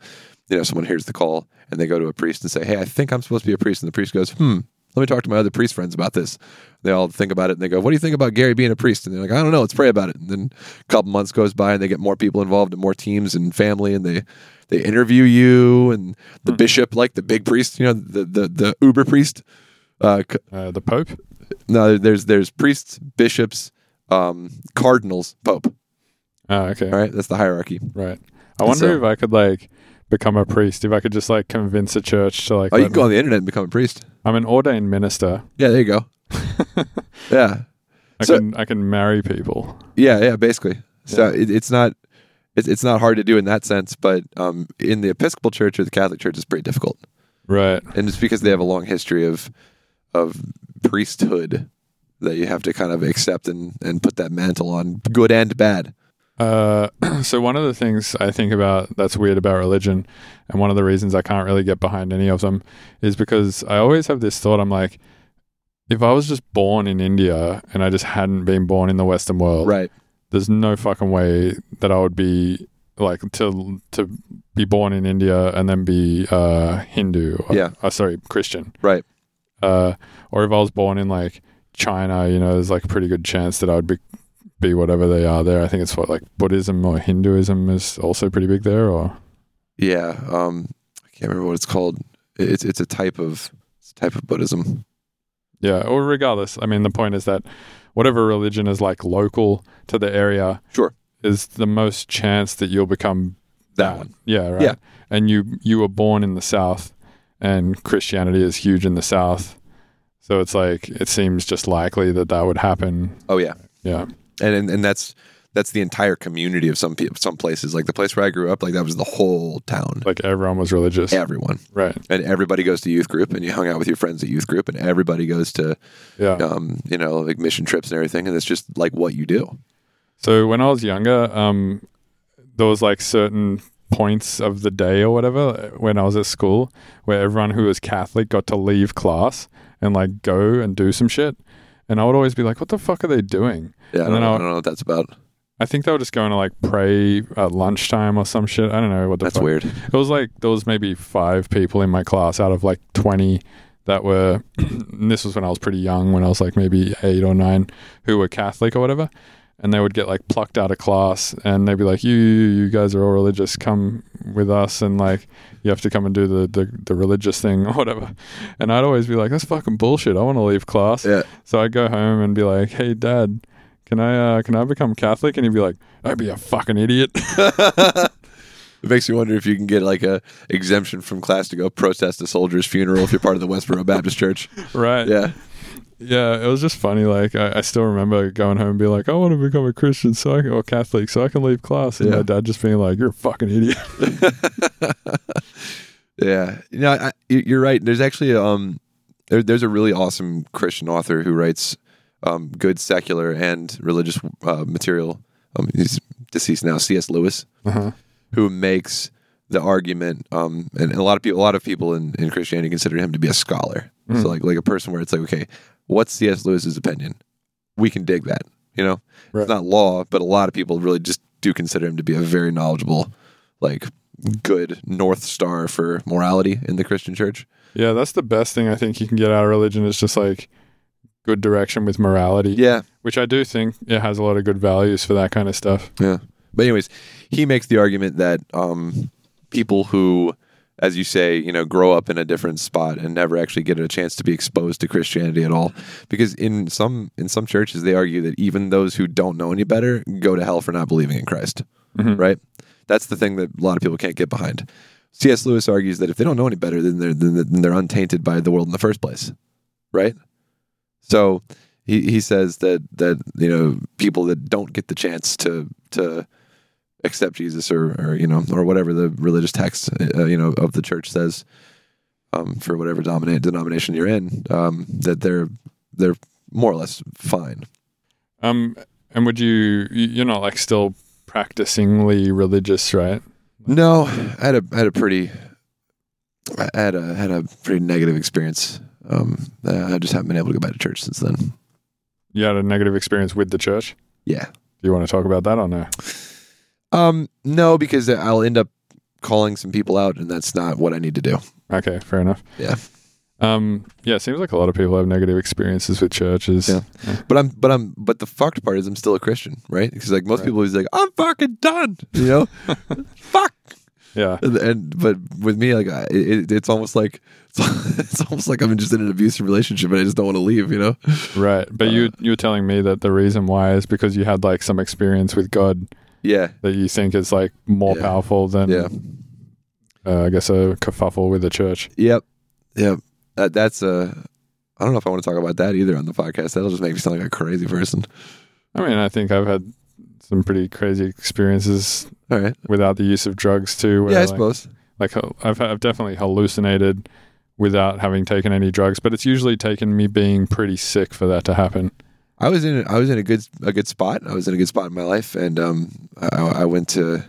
[SPEAKER 6] you know, someone hears the call and they go to a priest and say, "Hey, I think I'm supposed to be a priest," and the priest goes, "Hmm." Let me talk to my other priest friends about this. They all think about it and they go, "What do you think about Gary being a priest?" And they're like, "I don't know. Let's pray about it." And then a couple months goes by and they get more people involved and more teams and family and they they interview you and the bishop, like the big priest, you know, the the the uber priest. Uh, c-
[SPEAKER 1] Uh, the Pope?
[SPEAKER 6] no, there's there's priests, bishops, um, cardinals, pope.
[SPEAKER 1] Ah, okay.
[SPEAKER 6] All right, that's the hierarchy.
[SPEAKER 1] Right. I wonder
[SPEAKER 6] So-
[SPEAKER 1] if I could like become a priest. If I could just like convince a church to like.
[SPEAKER 6] Oh, you
[SPEAKER 1] let
[SPEAKER 6] can go
[SPEAKER 1] me-
[SPEAKER 6] on the internet and become a priest.
[SPEAKER 1] I'm an ordained minister.
[SPEAKER 6] Yeah, there you go. yeah,
[SPEAKER 1] I
[SPEAKER 6] So-
[SPEAKER 1] can I can marry people.
[SPEAKER 6] Yeah, yeah, basically. So it, it's not it's it's not hard to do in that sense, but um, in the Episcopal Church or the Catholic Church, it's pretty difficult,
[SPEAKER 1] Right.
[SPEAKER 6] and it's because they have a long history of of priesthood that you have to kind of accept and and put that mantle on, good and bad.
[SPEAKER 1] Uh, so one of the things I think about that's weird about religion, and one of the reasons I can't really get behind any of them, is because I always have this thought. I'm like, if I was just born in India and I just hadn't been born in the Western world,
[SPEAKER 6] Right.
[SPEAKER 1] there's no fucking way that I would be like to to be born in India and then be uh, Hindu. or-
[SPEAKER 6] Yeah.
[SPEAKER 1] uh, sorry, Christian.
[SPEAKER 6] Right.
[SPEAKER 1] Uh, or if I was born in like China, you know, there's like a pretty good chance that I would be be whatever they are there. I think it's what like Buddhism or Hinduism is also pretty big there. Or
[SPEAKER 6] Yeah. Um, I can't remember what it's called. It, it's it's a type of it's a type of Buddhism.
[SPEAKER 1] yeah. Or regardless, I mean, the point is that whatever religion is like local to the area,
[SPEAKER 6] Sure.
[SPEAKER 1] is the most chance that you'll become
[SPEAKER 6] That one.
[SPEAKER 1] Yeah, right.
[SPEAKER 6] Yeah.
[SPEAKER 1] And you you were born in the South, and Christianity is huge in the South, so it's like it seems just likely that that would happen.
[SPEAKER 6] Oh yeah.
[SPEAKER 1] Yeah.
[SPEAKER 6] and and, and that's that's the entire community of some people, some places. Like the place where I grew up, like that was the whole town,
[SPEAKER 1] Like everyone was religious.
[SPEAKER 6] everyone,
[SPEAKER 1] Right.
[SPEAKER 6] and everybody goes to youth group, and you hung out with your friends at youth group, and everybody goes to,
[SPEAKER 1] Yeah.
[SPEAKER 6] um, you know, like mission trips and everything, and it's just like what you do.
[SPEAKER 1] So when I was younger, um, there was like certain points of the day or whatever uh, when I was at school where everyone who was Catholic got to leave class and like go and do some shit. And I would always be like, what the fuck are they doing?
[SPEAKER 6] Yeah, I
[SPEAKER 1] And
[SPEAKER 6] don't,
[SPEAKER 1] then
[SPEAKER 6] know,
[SPEAKER 1] I'll-
[SPEAKER 6] I don't know what that's about.
[SPEAKER 1] I think they were just going to like pray at lunchtime or some shit. I don't know what the
[SPEAKER 6] That's
[SPEAKER 1] fuck.
[SPEAKER 6] weird.
[SPEAKER 1] It was like there was maybe five people in my class out of like twenty that were. and this was when I was pretty young, when I was like maybe eight or nine, who were Catholic or whatever, and they would get like plucked out of class, and they'd be like, "You, you, you guys are all religious. Come with us, and like you have to come and do the the, the religious thing or whatever." And I'd always be like, "That's fucking bullshit. I want to leave class."
[SPEAKER 6] Yeah.
[SPEAKER 1] So I'd go home and be like, "Hey, Dad." Can I uh, can I become Catholic? And he'd be like, "I'd be a fucking idiot."
[SPEAKER 6] It makes me wonder if you can get like a exemption from class to go protest a soldier's funeral if you're part of the Westboro Baptist Church.
[SPEAKER 1] right?
[SPEAKER 6] Yeah,
[SPEAKER 1] Yeah, it was just funny. Like I, I still remember going home and being like, I want to become a Christian, so I can, or Catholic, so I can leave class. And
[SPEAKER 6] Yeah.
[SPEAKER 1] my dad just being like, "You're a fucking idiot."
[SPEAKER 6] Yeah, you know, I, I- you- you're right. There's actually um, there, there's a really awesome Christian author who writes um, good secular and religious uh, material. Um, he's deceased now, C.S. Lewis, who makes the argument. Um, and a lot of people, a lot of people in, in Christianity consider him to be a scholar. So like like a person where it's like, okay, what's C.S. Lewis's opinion? We can dig that. You know,
[SPEAKER 1] Right.
[SPEAKER 6] it's not law, but a lot of people really just do consider him to be a very knowledgeable like good north star for morality in the Christian church.
[SPEAKER 1] yeah, that's the best thing I think you can get out of religion. It's just like good direction with morality.
[SPEAKER 6] Yeah,
[SPEAKER 1] which I do think it has a lot of good values for that kind of stuff.
[SPEAKER 6] yeah. But anyways, he makes the argument that um, people who, as you say, you know, grow up in a different spot and never actually get a chance to be exposed to Christianity at all, because in some in some churches they argue that even those who don't know any better go to hell for not believing in Christ. Right? That's the thing that a lot of people can't get behind. C.S. Lewis argues that if they don't know any better, then they're then, then they're untainted by the world in the first place, right? So he, he says that that you know people that don't get the chance to to accept Jesus or or you know or whatever the religious text uh, you know of the church says um, for whatever dominant denomination you're in um, that they're they're more or less fine.
[SPEAKER 1] Um, and would you? you- You're not like still practicingly religious, right?
[SPEAKER 6] No, I had a I had a pretty I had a had a pretty negative experience. Um, I just haven't been able to go back to church since then.
[SPEAKER 1] You had a negative experience with the church.
[SPEAKER 6] Yeah.
[SPEAKER 1] Do you want to talk about that or no?
[SPEAKER 6] Um, no, because I'll end up calling some people out, and that's not what I need to do.
[SPEAKER 1] Okay, fair enough.
[SPEAKER 6] Yeah.
[SPEAKER 1] Um, yeah, it seems like a lot of people have negative experiences with churches.
[SPEAKER 6] Yeah. But I'm, but I'm, but the fucked part is I'm still a Christian, right? Because like most people, he's like, I'm fucking done, you know, fuck.
[SPEAKER 1] Yeah.
[SPEAKER 6] And, and but with me, like, I, it, it's almost like it's, it's almost like I'm just in an abusive relationship, and I just don't want to leave, you know.
[SPEAKER 1] Right. But
[SPEAKER 6] Uh,
[SPEAKER 1] you you were telling me that the reason why is because you had like some experience with God
[SPEAKER 6] Yeah,
[SPEAKER 1] that you think is like more
[SPEAKER 6] Yeah.
[SPEAKER 1] powerful than
[SPEAKER 6] yeah.
[SPEAKER 1] uh, I guess a kerfuffle with the church.
[SPEAKER 6] Yep. Yep. That, that's uh, I don't know if I want to talk about that either on the podcast. That'll just make me sound like a crazy person.
[SPEAKER 1] I mean, I think I've had some pretty crazy experiences
[SPEAKER 6] All right.
[SPEAKER 1] without the use of drugs too. where,
[SPEAKER 6] Yeah, I
[SPEAKER 1] like-
[SPEAKER 6] suppose.
[SPEAKER 1] Like hal- I've I've definitely hallucinated without having taken any drugs, but it's usually taken me being pretty sick for that to happen.
[SPEAKER 6] I was in I was in a good a good spot. I was in a good spot in my life, and um, I, I went to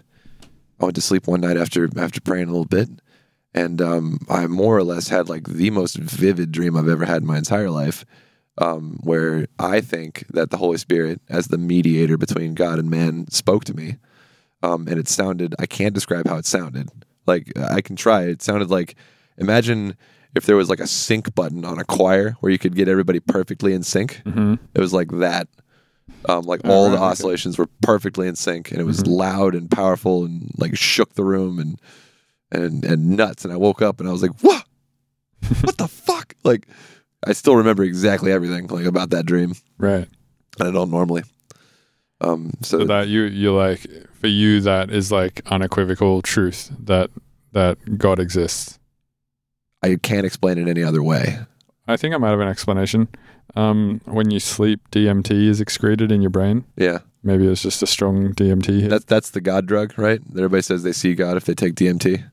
[SPEAKER 6] I went to sleep one night after after praying a little bit, and um, I more or less had like the most vivid dream I've ever had in my entire life, um, where I think that the Holy Spirit, as the mediator between God and man, spoke to me, um, and it sounded I can't describe how it sounded. Like I can try. It sounded like imagine if there was like a sync button on a choir where you could get everybody perfectly in sync. It was like that. Um, like all
[SPEAKER 1] right,
[SPEAKER 6] the
[SPEAKER 1] okay.
[SPEAKER 6] oscillations were perfectly in sync, and it was loud and powerful, and like shook the room and and and nuts. And I woke up and I was like, "What? what the fuck?" Like, I still remember exactly everything like about that dream,
[SPEAKER 1] Right.
[SPEAKER 6] and I don't normally. Um, so,
[SPEAKER 1] So that you you like for you that is like unequivocal truth that that God exists.
[SPEAKER 6] I can't explain it any other way.
[SPEAKER 1] I think I might have an explanation. Um, when you sleep, DMT is excreted in your brain.
[SPEAKER 6] Yeah,
[SPEAKER 1] Maybe it's just a strong DMT. Hit.
[SPEAKER 6] that's that's the God drug, right? Everybody says they see God if they take DMT.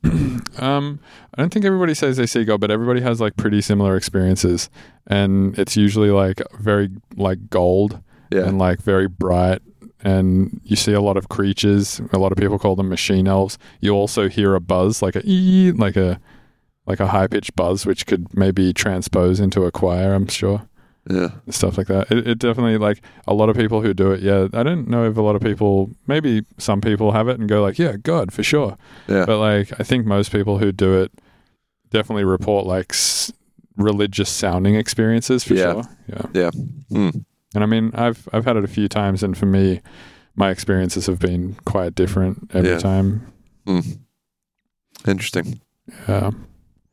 [SPEAKER 1] Um, I don't think everybody says they see God, but everybody has like pretty similar experiences, and it's usually like very like gold
[SPEAKER 6] Yeah,
[SPEAKER 1] and like very bright. And you see a lot of creatures. A lot of people call them machine elves. You also hear a buzz, like a ee, like a like a high pitched buzz, which could maybe transpose into a choir. I'm sure.
[SPEAKER 6] yeah.
[SPEAKER 1] stuff like that. It, it definitely like a lot of people who do it. Yeah, I don't know if a lot of people, maybe some people have it and go like, yeah, God for sure.
[SPEAKER 6] Yeah.
[SPEAKER 1] But like, I think most people who do it definitely report like s- religious sounding experiences for
[SPEAKER 6] Yeah.
[SPEAKER 1] sure. Yeah.
[SPEAKER 6] Yeah. Hmm.
[SPEAKER 1] And I mean, I've I've had it a few times, and for me, my experiences have been quite different every
[SPEAKER 6] Yeah.
[SPEAKER 1] time.
[SPEAKER 6] Hmm. Interesting.
[SPEAKER 1] Yeah. Um,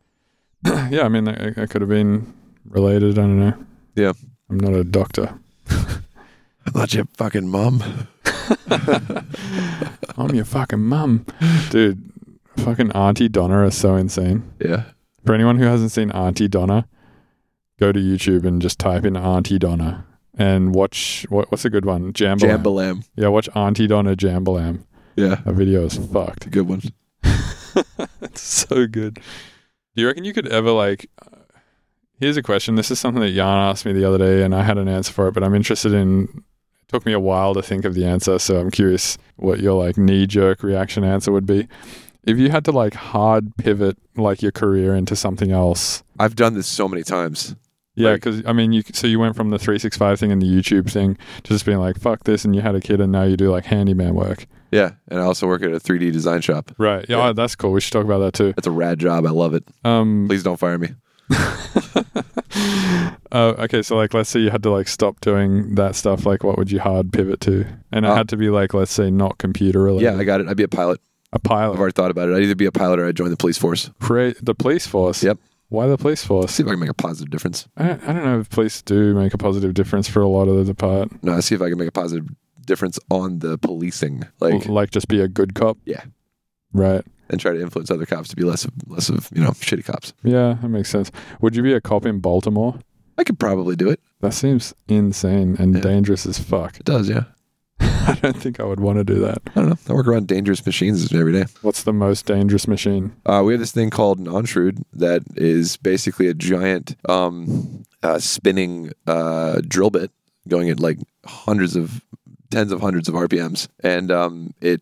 [SPEAKER 1] yeah. I mean, I, I could have been related. I don't know.
[SPEAKER 6] Yeah.
[SPEAKER 1] I'm not a doctor.
[SPEAKER 6] Not your fucking mom.
[SPEAKER 1] I'm your fucking mum. Dude, fucking Auntie Donna is so insane.
[SPEAKER 6] Yeah.
[SPEAKER 1] For anyone who hasn't seen Auntie Donna, go to YouTube and just type in Auntie Donna and watch what, what's a good one? Jambalam.
[SPEAKER 6] Jambalam.
[SPEAKER 1] yeah, watch Auntie Donna Jambalam.
[SPEAKER 6] Yeah.
[SPEAKER 1] That video is fucked.
[SPEAKER 6] Good one.
[SPEAKER 1] It's so good. Do you reckon you could ever like uh, Here's a question. This is something that Jan asked me the other day and I had an answer for it, but I'm interested in it took me a while to think of the answer, so I'm curious what your like knee jerk reaction answer would be. If you had to like hard pivot like your career into something else.
[SPEAKER 6] I've done this so many times.
[SPEAKER 1] Yeah,
[SPEAKER 6] Like-
[SPEAKER 1] because I mean, you so you went from the 365 thing and the YouTube thing to just being like, fuck this, and you had a kid and now you do like handyman work.
[SPEAKER 6] Yeah, and I also work at a 3D design shop.
[SPEAKER 1] Right. Yeah,
[SPEAKER 6] Yeah.
[SPEAKER 1] oh, that's cool. We should talk about that too.
[SPEAKER 6] That's a rad job. I love it.
[SPEAKER 1] Um,
[SPEAKER 6] Please don't fire me.
[SPEAKER 1] Uh, okay, so like, let's say you had to like stop doing that stuff. Like, what would you hard pivot to? And it
[SPEAKER 6] Uh,
[SPEAKER 1] had to be like, let's say, not computer related.
[SPEAKER 6] Yeah, I got it. I'd be a pilot.
[SPEAKER 1] a
[SPEAKER 6] I've
[SPEAKER 1] pilot.
[SPEAKER 6] already thought about it. I'd either be a pilot or I'd join the police force.
[SPEAKER 1] Create the police force.
[SPEAKER 6] Yep.
[SPEAKER 1] Why the police force?
[SPEAKER 6] See if I can make a positive difference.
[SPEAKER 1] I don't, I don't know if police do make a positive difference for a lot of the part.
[SPEAKER 6] No, I see if I can make a positive difference on the policing. Like,
[SPEAKER 1] Like, just be a good cop.
[SPEAKER 6] Yeah.
[SPEAKER 1] Right.
[SPEAKER 6] and try to influence other cops to be less of less of you know shitty cops.
[SPEAKER 1] Yeah, that makes sense. Would you be a cop in Baltimore?
[SPEAKER 6] I could probably do it.
[SPEAKER 1] That seems insane and
[SPEAKER 6] Yeah.
[SPEAKER 1] dangerous as fuck.
[SPEAKER 6] It does, yeah.
[SPEAKER 1] I don't think I would want to do that.
[SPEAKER 6] I don't know. I work around dangerous machines every day.
[SPEAKER 1] What's the most dangerous machine?
[SPEAKER 6] Uh, we have this thing called an Onshrewd that is basically a giant um, uh, spinning uh, drill bit going at like hundreds of tens of hundreds of RPMs, and um, it.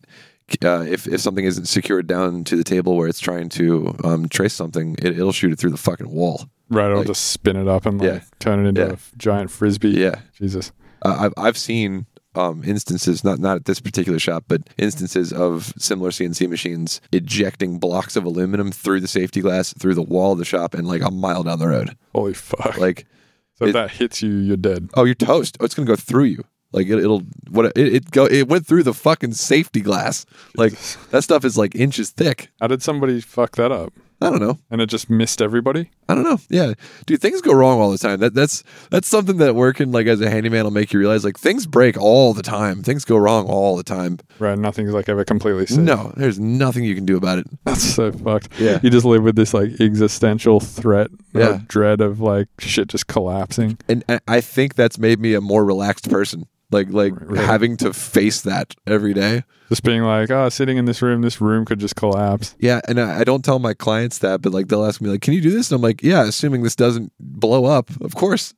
[SPEAKER 6] Uh, if, if something isn't secured down to the table where it's trying to um, trace something, it, it'll shoot it through the fucking wall.
[SPEAKER 1] Right, I'll
[SPEAKER 6] Like-
[SPEAKER 1] just spin it up and like
[SPEAKER 6] Yeah.
[SPEAKER 1] turn it into
[SPEAKER 6] Yeah.
[SPEAKER 1] a f- giant frisbee.
[SPEAKER 6] Yeah,
[SPEAKER 1] Jesus.
[SPEAKER 6] Uh, I've I've seen um, instances not not at this particular shop, but instances of similar CNC machines ejecting blocks of aluminum through the safety glass through the wall of the shop and like a mile down the road.
[SPEAKER 1] Holy fuck.
[SPEAKER 6] Like,
[SPEAKER 1] so
[SPEAKER 6] it-
[SPEAKER 1] if that hits you, you're dead.
[SPEAKER 6] oh, you're toast. Oh, it's gonna go through you. Like it, it'll what it, it go it went through the fucking safety glass. Like that stuff is like inches thick.
[SPEAKER 1] How did somebody fuck that up?
[SPEAKER 6] I don't know.
[SPEAKER 1] And it just missed everybody?
[SPEAKER 6] I don't know. Yeah, dude, things go wrong all the time. That that's that's something that working like as a handyman will make you realize like things break all the time. Things go wrong all the time.
[SPEAKER 1] Right, nothing's like ever completely safe.
[SPEAKER 6] No, there's nothing you can do about it.
[SPEAKER 1] That's so fucked.
[SPEAKER 6] Yeah.
[SPEAKER 1] You just live with this like existential threat or
[SPEAKER 6] Yeah.
[SPEAKER 1] dread of like shit just collapsing.
[SPEAKER 6] And I- I think that's made me a more relaxed person. Like like
[SPEAKER 1] Really?
[SPEAKER 6] having to face that every day.
[SPEAKER 1] Just being like, oh, sitting in this room, this room could just collapse.
[SPEAKER 6] Yeah, and I, I don't tell my clients that, but like they'll ask me like, "Can you do this?" And I'm like, "Yeah," assuming this doesn't blow up. Of course.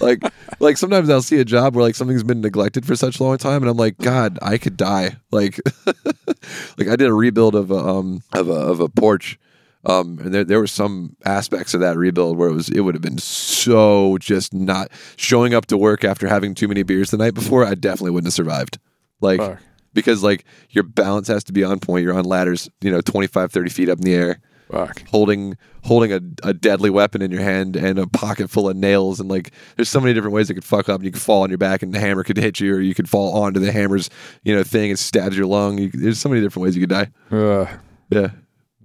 [SPEAKER 6] like like sometimes I'll see a job where like something's been neglected for such a long time, and I'm like, "God, I could die." Like like I did a rebuild of a um of a of a porch. Um, and there, there were some aspects of that rebuild where it was it would have been so just not showing up to work after having too many beers the night before. I definitely wouldn't have survived. Like
[SPEAKER 1] Fuck.
[SPEAKER 6] because like your balance has to be on point you're on ladders you know 25 30 feet up in the air
[SPEAKER 1] Fuck.
[SPEAKER 6] holding holding a, a deadly weapon in your hand and a pocket full of nails and like there's so many different ways it could fuck up you could fall on your back and the hammer could hit you or you could fall onto the hammer's you know thing and stabs your lung you, there's so many different ways you could die
[SPEAKER 1] Ugh.
[SPEAKER 6] yeah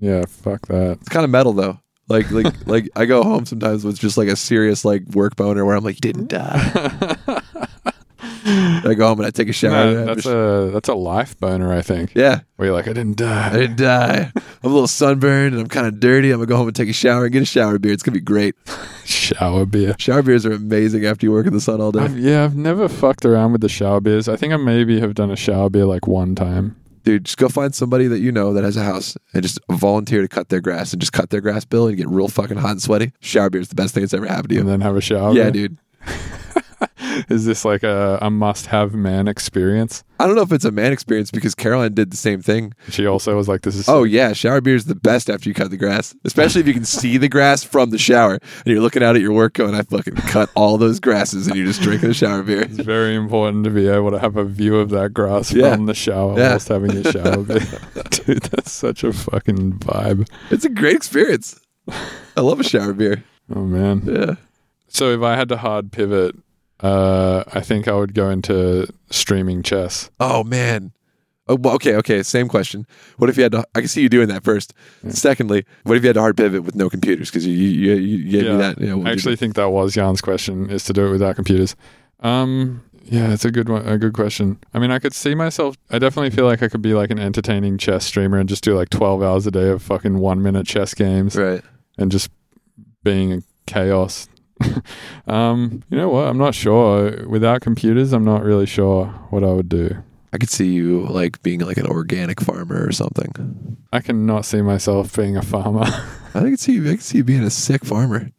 [SPEAKER 1] Yeah, fuck that.
[SPEAKER 6] it's kind of metal though like like like i go home sometimes with just like a serious like work boner where i'm like you didn't die i go home and i take a shower and I
[SPEAKER 1] No,
[SPEAKER 6] have
[SPEAKER 1] that's
[SPEAKER 6] a sh-
[SPEAKER 1] a that's a life boner, I think.
[SPEAKER 6] yeah
[SPEAKER 1] Where you're like, I didn't
[SPEAKER 6] I
[SPEAKER 1] die.
[SPEAKER 6] didn't die. I'm a little sunburned and I'm kind of dirty. I'm gonna go home and take a shower and get a shower beer. It's gonna be great.
[SPEAKER 1] Shower beer.
[SPEAKER 6] Shower beers are amazing after you work in the sun all day,
[SPEAKER 1] I've, yeah, I've never fucked around with the shower beers. I think I maybe have done a shower beer like one time.
[SPEAKER 6] dude. Just go find somebody that you know that has a house and just volunteer to cut their grass and just cut their grass bill and get real fucking hot and sweaty. Shower beer is the best thing that's ever happened to
[SPEAKER 1] And
[SPEAKER 6] you.
[SPEAKER 1] then have a shower.
[SPEAKER 6] Yeah,
[SPEAKER 1] beer.
[SPEAKER 6] dude.
[SPEAKER 1] Is this like a, a must have man experience?
[SPEAKER 6] I don't know if it's a man experience because Caroline did the same thing.
[SPEAKER 1] She also was like, This is
[SPEAKER 6] Oh yeah, shower beer is the best after you cut the grass, especially if you can see the grass from the shower and you're looking out at your work going, "I fucking cut all those grasses," and you're just drinking a shower beer.
[SPEAKER 1] It's very important to be able to have a view of that grass
[SPEAKER 6] Yeah.
[SPEAKER 1] from the shower
[SPEAKER 6] Yeah.
[SPEAKER 1] whilst having your shower. beer. Dude, that's such a fucking vibe.
[SPEAKER 6] It's a great experience. I love a shower beer.
[SPEAKER 1] Oh man.
[SPEAKER 6] Yeah.
[SPEAKER 1] So if I had to hard pivot, uh, I think I would go into streaming chess.
[SPEAKER 6] Oh man. Oh, well, okay, okay. Same question. What if you had to? I can see you doing that first.
[SPEAKER 1] Hmm.
[SPEAKER 6] Secondly, what if you had to hard pivot with no computers? Because you you you, you gave me that. You know, what
[SPEAKER 1] I
[SPEAKER 6] would you
[SPEAKER 1] actually
[SPEAKER 6] do?
[SPEAKER 1] think that was Jan's question: is to do it without computers. Um, yeah, it's a good one. A good question. I mean, I could see myself. I definitely feel like I could be like an entertaining chess streamer and just do like twelve hours a day of fucking one minute chess games
[SPEAKER 6] right.
[SPEAKER 1] and just being in chaos. um, you know what? I'm not sure. Without computers, I'm not really sure what I would do.
[SPEAKER 6] I could see you like being like an organic farmer or something.
[SPEAKER 1] I cannot see myself being a farmer.
[SPEAKER 6] I could see you. I could see you being a sick farmer.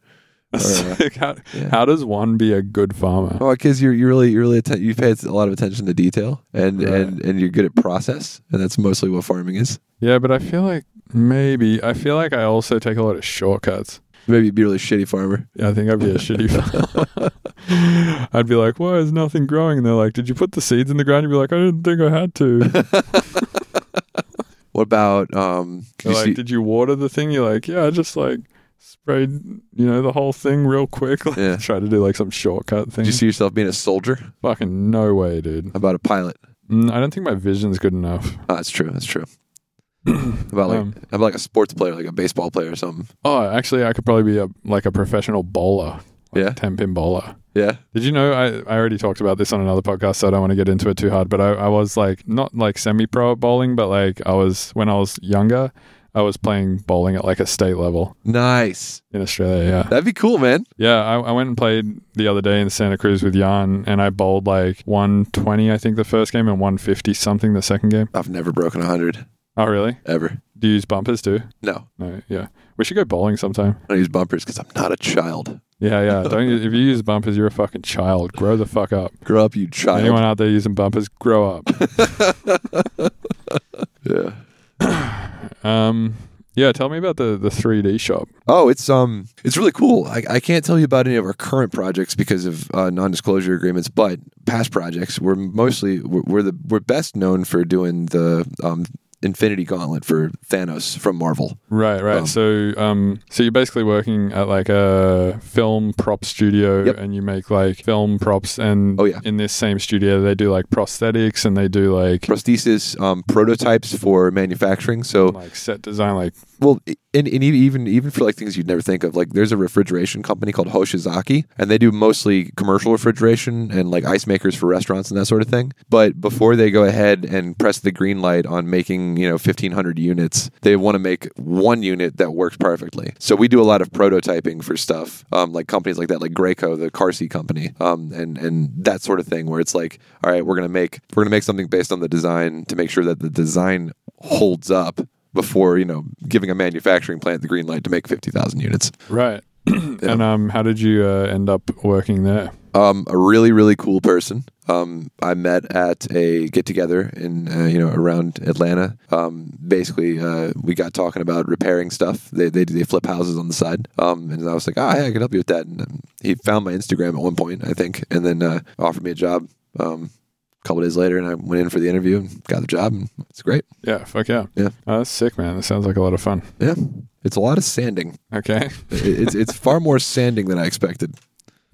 [SPEAKER 1] So, how,
[SPEAKER 6] yeah.
[SPEAKER 1] how does one be a good farmer?
[SPEAKER 6] Oh, because you're you really you really atten- you pay a lot of attention to detail and
[SPEAKER 1] Right.
[SPEAKER 6] and and you're good at process and that's mostly what farming is.
[SPEAKER 1] Yeah, but I feel like maybe I feel like I also take a lot of shortcuts.
[SPEAKER 6] Maybe you'd be a really shitty farmer.
[SPEAKER 1] Yeah, I think I'd be a shitty farmer. I'd be like, "Why is nothing growing?" And they're like, "Did you put the seeds in the ground?" You'd be like, "I didn't think I had to."
[SPEAKER 6] What about um? could
[SPEAKER 1] They're
[SPEAKER 6] you
[SPEAKER 1] like,
[SPEAKER 6] see-
[SPEAKER 1] "Did you water the thing?" You're like, "Yeah, I just like sprayed, you know, the whole thing real quick." Like,
[SPEAKER 6] Yeah.
[SPEAKER 1] Try to do like some shortcut thing.
[SPEAKER 6] Do you see yourself being a soldier? How
[SPEAKER 1] Fucking no way, dude.
[SPEAKER 6] about a pilot?
[SPEAKER 1] Mm, I don't think my vision's good enough.
[SPEAKER 6] Oh, that's true. That's true. How about like
[SPEAKER 1] Um.
[SPEAKER 6] how about like a sports player, like a baseball player or something.
[SPEAKER 1] Oh, actually, I could probably be a like a professional bowler, like
[SPEAKER 6] Yeah.
[SPEAKER 1] a ten pin bowler.
[SPEAKER 6] Yeah.
[SPEAKER 1] Did you know I, I already talked about this on another podcast, so I don't want to get into it too hard. But I, I was like not like semi pro at bowling, but like I was when I was younger, I was playing bowling at like a state level
[SPEAKER 6] Nice.
[SPEAKER 1] in Australia. Yeah.
[SPEAKER 6] That'd be cool, man.
[SPEAKER 1] Yeah, I, I went and played the other day in Santa Cruz with Jan, and I bowled like 120, I think, the first game, and 150 something the second game.
[SPEAKER 6] I've never broken 100
[SPEAKER 1] Oh, really?
[SPEAKER 6] ever.
[SPEAKER 1] Do you use bumpers too?
[SPEAKER 6] No,
[SPEAKER 1] No, yeah. We should go bowling sometime.
[SPEAKER 6] I don't use bumpers because I'm not a child.
[SPEAKER 1] Yeah, yeah. Don't you- if you use bumpers, you're a fucking child. Grow the fuck up.
[SPEAKER 6] Grow up, you child.
[SPEAKER 1] Anyone out there using bumpers, grow up.
[SPEAKER 6] Yeah.
[SPEAKER 1] Um, yeah. Tell me about the the 3D shop.
[SPEAKER 6] Oh, it's um, it's really cool. I, I can't tell you about any of our current projects because of uh, non-disclosure agreements, but past projects we're mostly we're, we're the we're best known for doing the um, Infinity Gauntlet for Thanos from Marvel.
[SPEAKER 1] Right, right.
[SPEAKER 6] Um,
[SPEAKER 1] so, um, so you're basically working at like a film prop studio,
[SPEAKER 6] Yep.
[SPEAKER 1] and you make like film props, and
[SPEAKER 6] Oh, yeah.
[SPEAKER 1] in this same studio they do like prosthetics, and they do like
[SPEAKER 6] Prosthesis um, prototypes for manufacturing. So
[SPEAKER 1] like set design, like
[SPEAKER 6] Well, e, and, and even even for like things you'd never think of, like there's a refrigeration company called Hoshizaki, and they do mostly commercial refrigeration and like ice makers for restaurants and that sort of thing. But before they go ahead and press the green light on making you know 1,500 units, they want to make one unit that works perfectly. So we do a lot of prototyping for stuff, um, like companies like that, like Graco, the car seat company, um, and and that sort of thing, where it's like, all right, we're gonna make we're gonna make something based on the design to make sure that the design holds up before you know giving a manufacturing plant the green light to make 50,000 units.
[SPEAKER 1] right. And um, how did you uh, end up working there?
[SPEAKER 6] Um, a really really cool person um, I met at a get together in uh, you know around Atlanta. Um, basically, uh, we got talking about repairing stuff. They they, they flip houses on the side, um, and I was like, ah, hey, I can help you with that. And um, he found my Instagram at one point, I think, and then uh, offered me a job. Um, a couple days later, and I went in for the interview and got the job, and it's great.
[SPEAKER 1] Yeah, fuck yeah.
[SPEAKER 6] Yeah.
[SPEAKER 1] Oh, that's sick, man. That sounds like a lot of fun.
[SPEAKER 6] Yeah, it's a lot of sanding.
[SPEAKER 1] Okay.
[SPEAKER 6] It- It's it's far more sanding than I expected.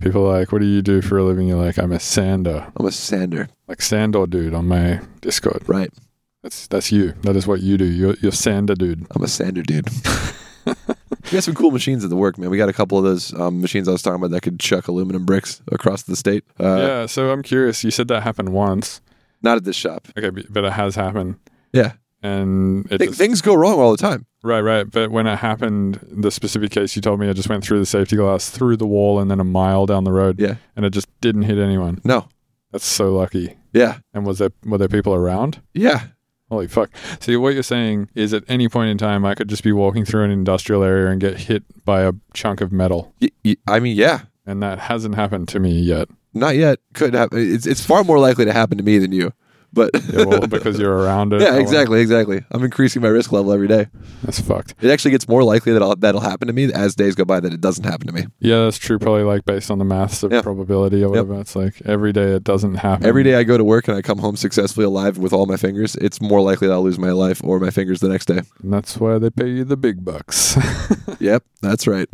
[SPEAKER 1] People are like, what do you do for a living? You're like, I'm a sander,
[SPEAKER 6] I'm a sander.
[SPEAKER 1] like Sandor dude on my Discord.
[SPEAKER 6] Right.
[SPEAKER 1] That's that's you. That is what you do. You're you're sander dude.
[SPEAKER 6] I'm a sander dude. we got some cool machines at the work, man. We got a couple of those um, machines I was talking about that could chuck aluminum bricks across the state. Uh,
[SPEAKER 1] yeah. So I'm curious. You said that happened once.
[SPEAKER 6] Not at this shop.
[SPEAKER 1] Okay, but- but it has happened,
[SPEAKER 6] Yeah.
[SPEAKER 1] and it
[SPEAKER 6] Th-
[SPEAKER 1] just-
[SPEAKER 6] things go wrong all the time.
[SPEAKER 1] right, right. But when it happened, the specific case you told me, I just went through the safety glass, through the wall, and then a mile down the road.
[SPEAKER 6] Yeah.
[SPEAKER 1] and it just didn't hit anyone.
[SPEAKER 6] No.
[SPEAKER 1] That's so lucky.
[SPEAKER 6] Yeah.
[SPEAKER 1] And was there were there people around?
[SPEAKER 6] Yeah.
[SPEAKER 1] Holy fuck! See, what you're saying is, at any point in time, I could just be walking through an industrial area and get hit by a chunk of metal,
[SPEAKER 6] Y- y- I mean, yeah.
[SPEAKER 1] and that hasn't happened to me yet.
[SPEAKER 6] Not yet. Could happen. It's, it's far more likely to happen to me than you. But
[SPEAKER 1] Yeah, well, because you're around it.
[SPEAKER 6] yeah,
[SPEAKER 1] Oh,
[SPEAKER 6] exactly, exactly. I'm increasing my risk level every day.
[SPEAKER 1] That's fucked.
[SPEAKER 6] It actually gets more likely that I'll, that'll happen to me as days go by that it doesn't happen to me.
[SPEAKER 1] Yeah, that's true. Probably like based on the maths of
[SPEAKER 6] Yeah.
[SPEAKER 1] probability or whatever. It's like every day it doesn't happen.
[SPEAKER 6] Every day I go to work and I come home successfully alive with all my fingers, it's more likely that I'll lose my life or my fingers the next day.
[SPEAKER 1] And that's why they pay you the big bucks.
[SPEAKER 6] Yep, that's right.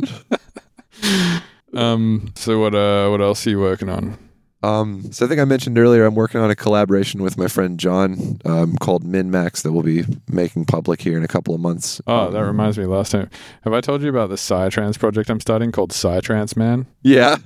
[SPEAKER 1] um. So what? Uh. What else are you working on?
[SPEAKER 6] Um, so I think I mentioned earlier I'm working on a collaboration with my friend John um, called Min Max that we'll be making public here in a couple of months.
[SPEAKER 1] Oh, that reminds me. Last time, have I told you about the Psytrance project I'm starting called Psytrance Man?
[SPEAKER 6] Yeah,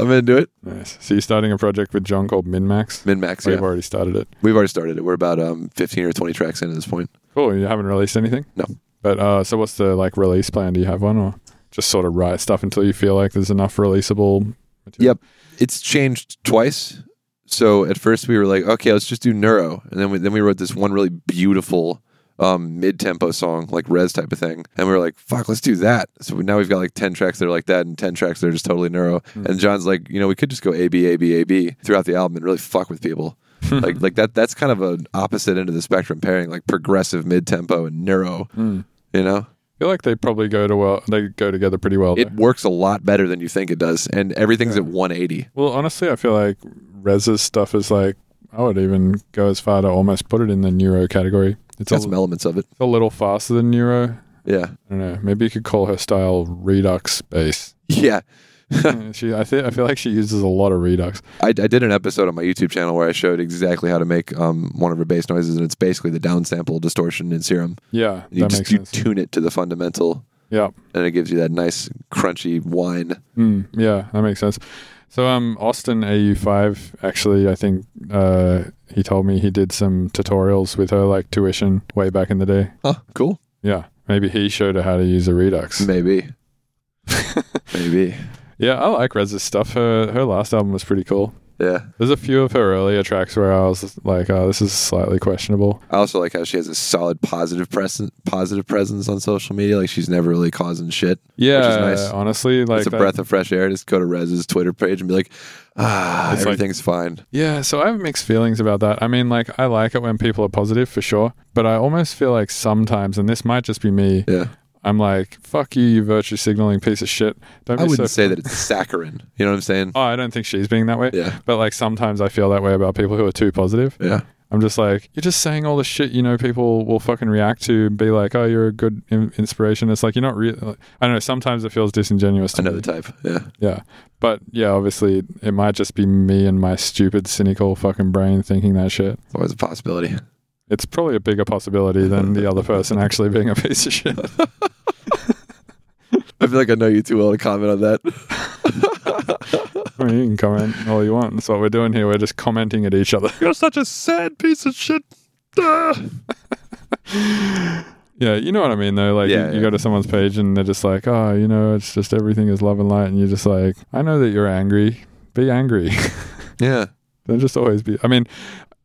[SPEAKER 6] I'm into it.
[SPEAKER 1] Nice. So you're starting a project with John called Minmax.
[SPEAKER 6] Min Max.
[SPEAKER 1] We've
[SPEAKER 6] Yeah.
[SPEAKER 1] already started it.
[SPEAKER 6] We've already started it. We're about um, 15 or 20 tracks in at this point.
[SPEAKER 1] Cool. You haven't released anything.
[SPEAKER 6] No.
[SPEAKER 1] But uh, so what's the like release plan? Do you have one, or just sort of write stuff until you feel like there's enough releasable? Material?
[SPEAKER 6] Yep. It's changed twice. So at first we were like, okay, let's just do neuro, and then we then we wrote this one really beautiful um, mid-tempo song, like Res type of thing, and we were like, fuck, let's do that. So we, now we've got like ten tracks that are like that, and ten tracks that are just totally neuro. And John's like, you know, we could just go A B A B A B throughout the album and really fuck with people. like like that that's kind of an opposite end of the spectrum pairing, like progressive mid-tempo and neuro. You know,
[SPEAKER 1] I feel like they probably go to well. They go together pretty well.
[SPEAKER 6] it
[SPEAKER 1] though.
[SPEAKER 6] works a lot better than you think it does, and everything's at 180.
[SPEAKER 1] Well, honestly, I feel like Rez's stuff is like I would even go as far to almost put it in the neuro category. It's a,
[SPEAKER 6] Got some elements of it.
[SPEAKER 1] a little faster than neuro.
[SPEAKER 6] Yeah.
[SPEAKER 1] I don't know. Maybe you could call her style redux bass.
[SPEAKER 6] Yeah.
[SPEAKER 1] she, I think, I feel like she uses a lot of redux.
[SPEAKER 6] I, I did an episode on my YouTube channel where I showed exactly how to make um, one of her bass noises, and it's basically the downsample distortion in Serum.
[SPEAKER 1] Yeah,
[SPEAKER 6] You
[SPEAKER 1] that
[SPEAKER 6] just
[SPEAKER 1] makes
[SPEAKER 6] you
[SPEAKER 1] sense.
[SPEAKER 6] tune it to the fundamental,
[SPEAKER 1] yeah,
[SPEAKER 6] and it gives you that nice crunchy whine.
[SPEAKER 1] Mm, yeah, that makes sense. So um, Austin AU5 actually, I think uh, he told me he did some tutorials with her like tuition way back in the day.
[SPEAKER 6] Huh, cool.
[SPEAKER 1] Yeah, maybe he showed her how to use a Redux.
[SPEAKER 6] Maybe. Maybe.
[SPEAKER 1] Yeah, I like Rez's stuff. Her her last album was pretty cool.
[SPEAKER 6] Yeah.
[SPEAKER 1] There's a few of her earlier tracks where I was like, "Oh, this is slightly questionable."
[SPEAKER 6] I also like how she has a solid positive presence, positive presence on social media. Like she's never really causing shit.
[SPEAKER 1] Yeah,
[SPEAKER 6] which is nice.
[SPEAKER 1] honestly, like
[SPEAKER 6] it's a
[SPEAKER 1] that-
[SPEAKER 6] breath of fresh air. Just go to Rez's Twitter page and be like, ah,
[SPEAKER 1] It's like-
[SPEAKER 6] everything's fine.
[SPEAKER 1] Yeah, so I have mixed feelings about that. I mean, like, I like it when people are positive for sure, but I almost feel like sometimes, and this might just be me,
[SPEAKER 6] Yeah.
[SPEAKER 1] I'm like, "Fuck you, you virtue signaling piece of shit." Don't be
[SPEAKER 6] I wouldn't
[SPEAKER 1] so
[SPEAKER 6] say that it's saccharine. You know what I'm saying?
[SPEAKER 1] Oh, I don't think she's being that way.
[SPEAKER 6] Yeah.
[SPEAKER 1] But like sometimes I feel that way about people who are too positive.
[SPEAKER 6] Yeah.
[SPEAKER 1] I'm just like, you're just saying all the shit you know people will fucking react to and be like, oh, you're a good in- inspiration. It's like, you're not real. I don't know. Sometimes it feels disingenuous to
[SPEAKER 6] I know
[SPEAKER 1] me.
[SPEAKER 6] the type. Yeah.
[SPEAKER 1] yeah. But yeah, obviously it might just be me and my stupid, cynical fucking brain thinking that shit.
[SPEAKER 6] It's always a possibility.
[SPEAKER 1] It's probably a bigger possibility than the other person actually being a piece of shit.
[SPEAKER 6] I feel like I know you too well to comment on that.
[SPEAKER 1] I mean, you can comment all you want. That's what we're doing here. We're just commenting at each other.
[SPEAKER 6] You're such a sad piece of shit. Ah.
[SPEAKER 1] Yeah, you know what I mean though. Like
[SPEAKER 6] Yeah,
[SPEAKER 1] you, you
[SPEAKER 6] yeah.
[SPEAKER 1] go to someone's page and they're just like, oh, you know, it's just everything is love and light, and you're just like, I know that you're angry. Be angry.
[SPEAKER 6] Yeah.
[SPEAKER 1] They'll just always be. I mean,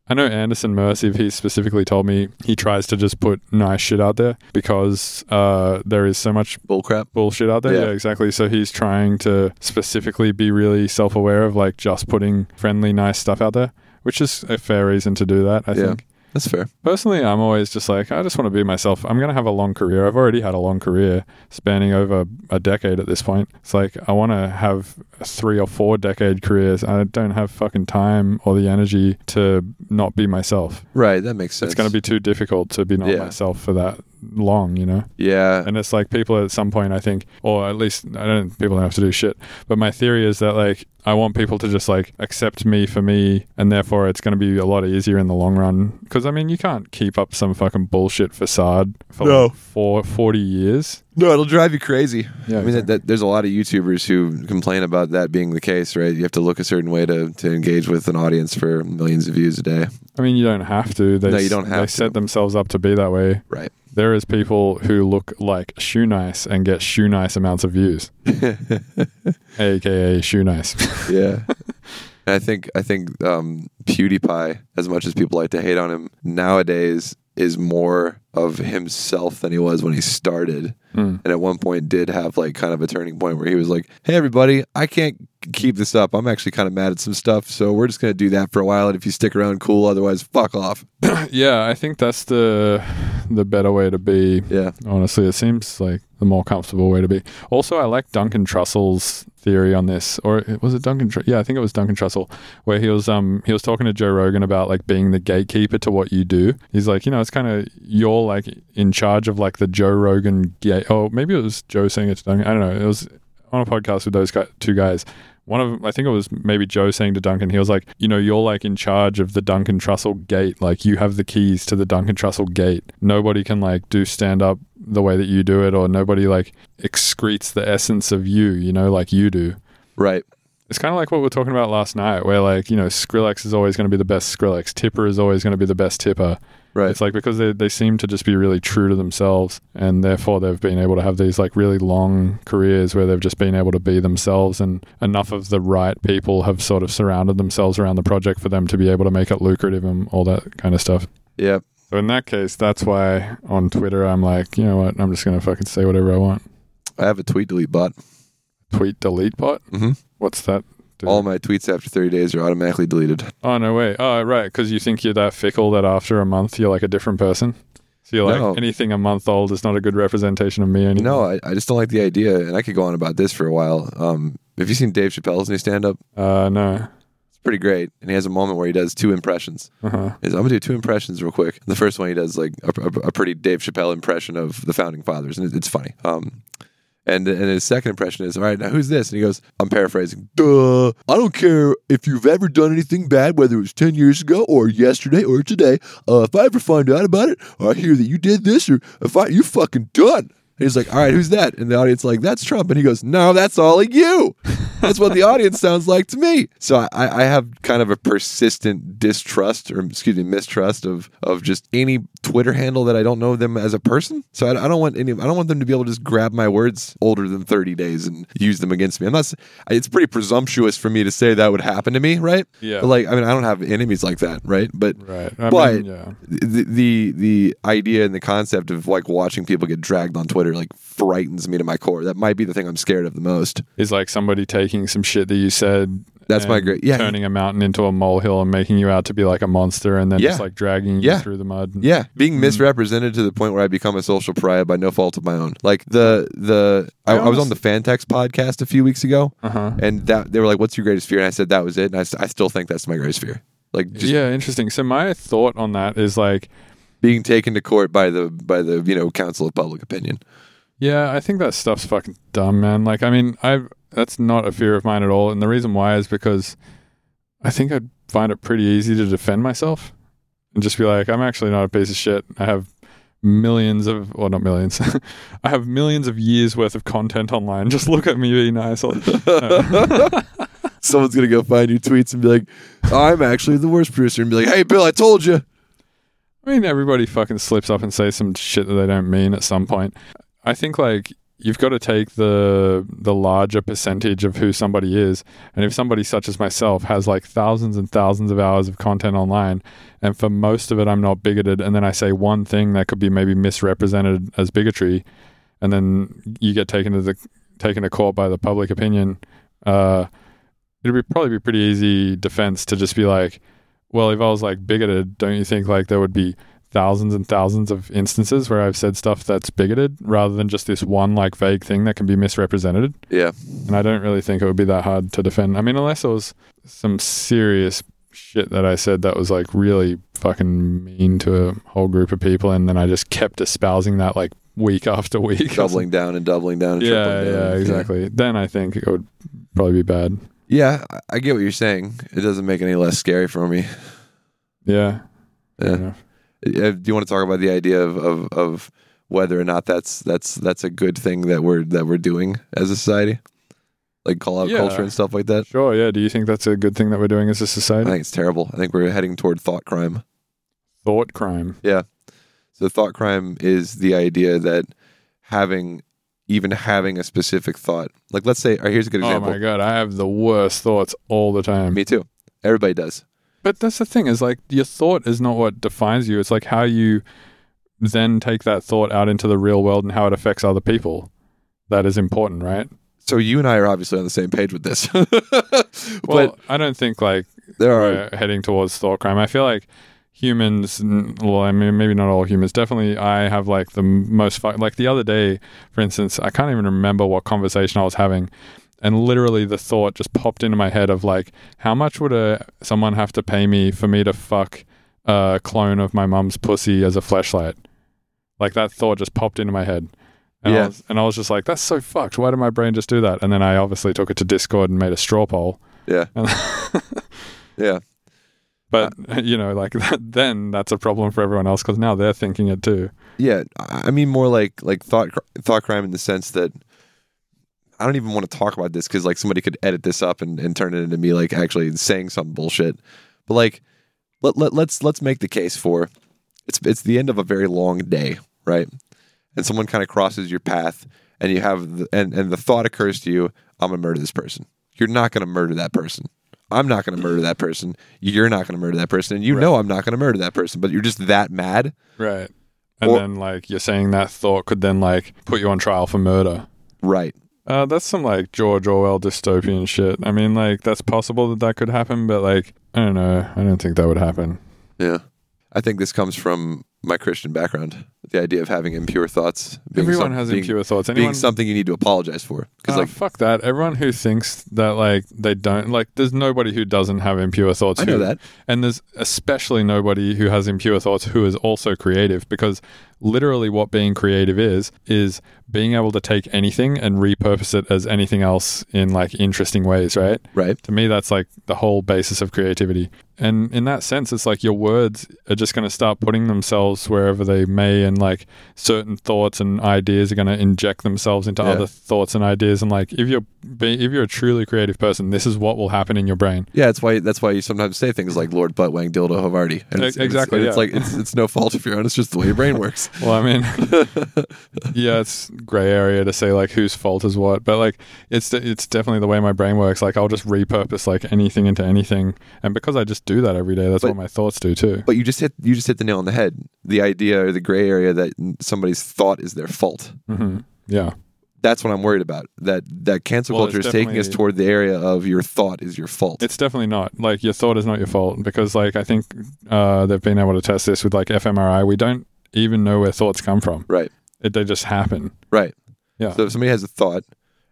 [SPEAKER 1] I know Anderson Mersive. He specifically told me he tries to just put nice shit out there because uh, there is so much
[SPEAKER 6] Bullcrap.
[SPEAKER 1] bullshit out there.
[SPEAKER 6] Yeah.
[SPEAKER 1] Yeah. exactly. So he's trying to specifically be really self-aware of like just putting friendly, nice stuff out there, which is a fair reason to do that. I
[SPEAKER 6] Yeah.
[SPEAKER 1] think.
[SPEAKER 6] That's fair.
[SPEAKER 1] Personally, I'm always just like, I just want to be myself. I'm going to have a long career. I've already had a long career spanning over a decade at this point. It's like, I want to have three or four decade careers. I don't have fucking time or the energy to not be myself.
[SPEAKER 6] Right. That makes sense.
[SPEAKER 1] It's going to be too difficult to be not
[SPEAKER 6] Yeah.
[SPEAKER 1] myself for that long, you know?
[SPEAKER 6] Yeah.
[SPEAKER 1] And it's like people at some point, I think, or at least I don't think people don't have to do shit. But my theory is that like I want people to just like accept me for me, and therefore it's going to be a lot easier in the long run. Because I mean, you can't keep up some fucking bullshit facade for
[SPEAKER 6] No.
[SPEAKER 1] like four, 40 years.
[SPEAKER 6] No, it'll drive you crazy.
[SPEAKER 1] Yeah,
[SPEAKER 6] I mean, that, that, there's a lot of YouTubers who complain about that being the case, right? You have to look a certain way to, to engage with an audience for millions of views a day.
[SPEAKER 1] I mean, you don't have to. They,
[SPEAKER 6] No, you don't
[SPEAKER 1] They
[SPEAKER 6] have to.
[SPEAKER 1] set themselves up to be that way.
[SPEAKER 6] Right.
[SPEAKER 1] There is people who look like shoe nice and get shoe nice amounts of views, aka shoe nice.
[SPEAKER 6] Yeah. and I think I think um, PewDiePie, as much as people like to hate on him nowadays, is more of himself than he was when he started. And at one point, did have like kind of a turning point where he was like, "Hey, everybody, I can't keep this up. I'm actually kind of mad at some stuff, so we're just gonna do that for a while. And if you stick around, cool. Otherwise, fuck off."
[SPEAKER 1] yeah, I think that's the the better way to be.
[SPEAKER 6] Yeah.
[SPEAKER 1] Honestly, it seems like the more comfortable way to be. Also, I like Duncan Trussell's theory on this, or was it Duncan? Tr- yeah, I think it was Duncan Trussell, where he was um he was talking to Joe Rogan about like being the gatekeeper to what you do. He's like, you know, it's kind of you're like in charge of like the Joe Rogan gate. Oh, maybe it was Joe saying it to Duncan. I don't know. It was on a podcast with those guy- two guys. One of them, I think it was maybe Joe saying to Duncan, he was like, you know, you're like in charge of the Duncan Trussell gate. Like you have the keys to the Duncan Trussell gate. Nobody can like do stand up the way that you do it, or nobody like excretes the essence of you, you know, like you do.
[SPEAKER 6] Right.
[SPEAKER 1] It's kind of like what we were talking about last night, where like, you know, Skrillex is always going to be the best Skrillex. Tipper is always going to be the best Tipper.
[SPEAKER 6] Right.
[SPEAKER 1] It's like because they, they seem to just be really true to themselves and therefore they've been able to have these like really long careers where they've just been able to be themselves and enough of the right people have sort of surrounded themselves around the project for them to be able to make it lucrative and all that kind of stuff.
[SPEAKER 6] Yep.
[SPEAKER 1] So in that case, that's why on Twitter I'm like, you know what, I'm just gonna fucking say whatever I want.
[SPEAKER 6] I have a tweet delete bot.
[SPEAKER 1] Tweet delete bot?
[SPEAKER 6] Mhm.
[SPEAKER 1] What's that? do?
[SPEAKER 6] All my tweets after 30 days are automatically deleted.
[SPEAKER 1] Oh no way! Oh right, because you think you're that fickle that after a month you're like a different person. So you're like
[SPEAKER 6] No.
[SPEAKER 1] anything a month old is not a good representation of me anymore.
[SPEAKER 6] No, I, I just don't like the idea, and I could go on about this for a while. Um, have you seen Dave Chappelle's new stand up?
[SPEAKER 1] uh, no.
[SPEAKER 6] It's pretty great, and he has a moment where he does two impressions.
[SPEAKER 1] Uh-huh.
[SPEAKER 6] He's, I'm gonna do two impressions real quick. The first one he does like a, a- a pretty Dave Chappelle impression of the founding fathers, and it, it's funny. Um, and and his second impression is, all right, now who's this? And he goes, I'm paraphrasing. Duh, I don't care if you've ever done anything bad, whether it was ten years ago or yesterday or today. Uh, if I ever find out about it, or I hear that you did this, or if I, you're fucking done. And he's like, all right, who's that? And the audience like, that's Trump. And he goes, no, that's all of you. That's what the audience sounds like to me. So I, I have kind of a persistent distrust, or excuse me, mistrust of of just any Twitter handle that I don't know them as a person. So I, I don't want any. I don't want them to be able to just grab my words older than thirty days and use them against me. I'm not. s- It's pretty presumptuous for me to say that would happen to me, right?
[SPEAKER 1] Yeah.
[SPEAKER 6] But like, I mean, I don't have enemies like that, right? But
[SPEAKER 1] Right. I
[SPEAKER 6] but
[SPEAKER 1] mean, yeah.
[SPEAKER 6] the, the the idea and the concept of like watching people get dragged on Twitter like frightens me to my core. That might be the thing I'm scared of the most.
[SPEAKER 1] Is like somebody taking some shit that you said.
[SPEAKER 6] That's my
[SPEAKER 1] and
[SPEAKER 6] great- yeah.
[SPEAKER 1] Turning a mountain into a molehill and making you out to be like a monster and then
[SPEAKER 6] Yeah.
[SPEAKER 1] just like dragging you
[SPEAKER 6] Yeah.
[SPEAKER 1] through the mud.
[SPEAKER 6] Yeah,
[SPEAKER 1] Mm-hmm.
[SPEAKER 6] being misrepresented to the point where I become a social pariah by no fault of my own. Like the the I, I was on the Fantex podcast a few weeks ago,
[SPEAKER 1] Uh-huh.
[SPEAKER 6] and that they were like, "What's your greatest fear?" And I said that was it, and I, s- I still think that's my greatest fear. Like just
[SPEAKER 1] yeah, interesting. So my thought on that is like,
[SPEAKER 6] being taken to court by the by the you know council of public opinion.
[SPEAKER 1] yeah, I think that stuff's fucking dumb, man. Like, I mean, I've that's not a fear of mine at all, and the reason why is because I think I'd find it pretty easy to defend myself and just be like, I'm actually not a piece of shit. I have millions of, well, not millions. I have millions of years worth of content online. Just look at me be nice.
[SPEAKER 6] Someone's gonna go find your tweets and be like, "I'm actually the worst producer," and be like, "Hey, Bill, I told you."
[SPEAKER 1] I mean, everybody fucking slips up and says some shit that they don't mean at some point. I think like you've got to take the the larger percentage of who somebody is, and if somebody such as myself has like thousands and thousands of hours of content online, and for most of it I'm not bigoted, and then I say one thing that could be maybe misrepresented as bigotry, and then you get taken to the taken to court by the public opinion. Uh, it'd be probably be pretty easy defense to just be like, well, if I was like bigoted, don't you think like there would be thousands and thousands of instances where I've said stuff that's bigoted rather than just this one like vague thing that can be misrepresented?
[SPEAKER 6] Yeah,
[SPEAKER 1] And I don't really think it would be that hard to defend. I mean, unless it was some serious shit that I said that was like really fucking mean to a whole group of people and then I just kept espousing that like week after week.
[SPEAKER 6] doubling down and doubling down. And
[SPEAKER 1] Yeah,
[SPEAKER 6] tripling down.
[SPEAKER 1] yeah, exactly. Then I think it would probably be bad.
[SPEAKER 6] Yeah, I- I get what you're saying. It doesn't make it any less scary for me.
[SPEAKER 1] Yeah. fair
[SPEAKER 6] Yeah.
[SPEAKER 1] enough.
[SPEAKER 6] Uh, Do you want to talk about the idea of, of, of whether or not that's that's that's a good thing that we're that we're doing as a society, like call out
[SPEAKER 1] Yeah.
[SPEAKER 6] culture and stuff like that?
[SPEAKER 1] Sure, yeah. Do you think that's a good thing that we're doing as a
[SPEAKER 6] I
[SPEAKER 1] society?
[SPEAKER 6] think it's terrible. I think we're heading toward thought crime.
[SPEAKER 1] Thought crime.
[SPEAKER 6] So thought crime is the idea that having even having a specific thought, like let's say, all right, here's a good
[SPEAKER 1] Oh
[SPEAKER 6] example.
[SPEAKER 1] my god, I have the worst thoughts all the time.
[SPEAKER 6] Me too. Everybody does.
[SPEAKER 1] But that's the thing is like your thought is not what defines you. It's like how you then take that thought out into the real world and how it affects other people. That is important, right?
[SPEAKER 6] So you and I are obviously on the same page with this.
[SPEAKER 1] Well,
[SPEAKER 6] but
[SPEAKER 1] I don't think like
[SPEAKER 6] there are
[SPEAKER 1] we're heading towards thought crime. I feel like humans, n- well, I mean, maybe not all humans, definitely I have like the m- most, fu- like the other day, for instance, I can't even remember what conversation I was having. And literally the thought just popped into my head of like, how much would a, someone have to pay me for me to fuck a clone of my mum's pussy as a flashlight? Like that thought just popped into my head. And, I
[SPEAKER 6] Yeah.
[SPEAKER 1] was, and I was just like, that's so fucked. Why did my brain just do that? And then I obviously took it to Discord and made a straw poll.
[SPEAKER 6] Yeah.
[SPEAKER 1] And-
[SPEAKER 6] yeah.
[SPEAKER 1] But you know, like that, then that's a problem for everyone else because now they're thinking it too.
[SPEAKER 6] Yeah, I I mean more like like thought cr- thought crime in the sense that I don't even want to talk about this because like somebody could edit this up and, and turn it into me like actually saying some bullshit. But like let, let let's let's make the case for it's it's the end of a very long day, right? And someone kind of crosses your path, and you have the, and and the thought occurs to you, I'm gonna murder this person. You're not gonna murder that person. I'm not gonna murder that person. You're not gonna murder that person, and you know I'm not gonna murder that person. But you're just that mad.
[SPEAKER 1] Right. And
[SPEAKER 6] Or-
[SPEAKER 1] then like you're saying that thought could then like put you on trial for murder.
[SPEAKER 6] Right.
[SPEAKER 1] Uh, that's some like George Orwell dystopian shit. I mean, like that's possible that that could happen, but like I don't know. I don't think that would happen.
[SPEAKER 6] Yeah. I think this comes from my Christian background. The idea of having impure thoughts. being
[SPEAKER 1] Everyone
[SPEAKER 6] some-
[SPEAKER 1] has
[SPEAKER 6] being,
[SPEAKER 1] impure thoughts.
[SPEAKER 6] Being
[SPEAKER 1] Anyone,
[SPEAKER 6] something you need to apologize for. Because,
[SPEAKER 1] Ah,
[SPEAKER 6] like,
[SPEAKER 1] fuck that. Everyone who thinks that like they don't like, there's nobody who doesn't have impure thoughts.
[SPEAKER 6] I know
[SPEAKER 1] who-
[SPEAKER 6] that.
[SPEAKER 1] And there's especially nobody who has impure thoughts who is also creative because literally what being creative is, is being able to take anything and repurpose it as anything else in like interesting ways, right?
[SPEAKER 6] right?
[SPEAKER 1] To me, that's like the whole basis of creativity. And in that sense, it's like your words are just going to start putting themselves wherever they may, and like certain thoughts and ideas are going to inject themselves into
[SPEAKER 6] Yeah.
[SPEAKER 1] other thoughts and ideas. And like if you're be, if you're a truly creative person, this is what will happen in your brain.
[SPEAKER 6] Yeah, that's why that's why you sometimes say things like Lord Buttwang Dildo Havarti. And
[SPEAKER 1] E-
[SPEAKER 6] it's,
[SPEAKER 1] exactly,
[SPEAKER 6] and It's,
[SPEAKER 1] yeah.
[SPEAKER 6] like it's it's no fault if you're honest, just the way your brain works.
[SPEAKER 1] Well, I mean, yeah, it's gray area to say like whose fault is what, but like it's de- it's definitely the way my brain works. Like I'll just repurpose like anything into anything, and because I just do that every day, that's
[SPEAKER 6] But-
[SPEAKER 1] what my thoughts do too.
[SPEAKER 6] But you just hit you just hit the nail on the head. The idea or the gray area that somebody's thought is their fault.
[SPEAKER 1] hmm Yeah,
[SPEAKER 6] That's what I'm worried about. That that cancel
[SPEAKER 1] Well,
[SPEAKER 6] culture
[SPEAKER 1] it's
[SPEAKER 6] is taking us
[SPEAKER 1] definitely-
[SPEAKER 6] toward the area of your thought is your fault.
[SPEAKER 1] it's definitely not like your thought is not your fault because like I think uh, they've been able to test this with like fMRI. We don't even know where thoughts come from;
[SPEAKER 6] right.
[SPEAKER 1] it, they just happen.
[SPEAKER 6] Right.
[SPEAKER 1] Yeah.
[SPEAKER 6] So if somebody has a thought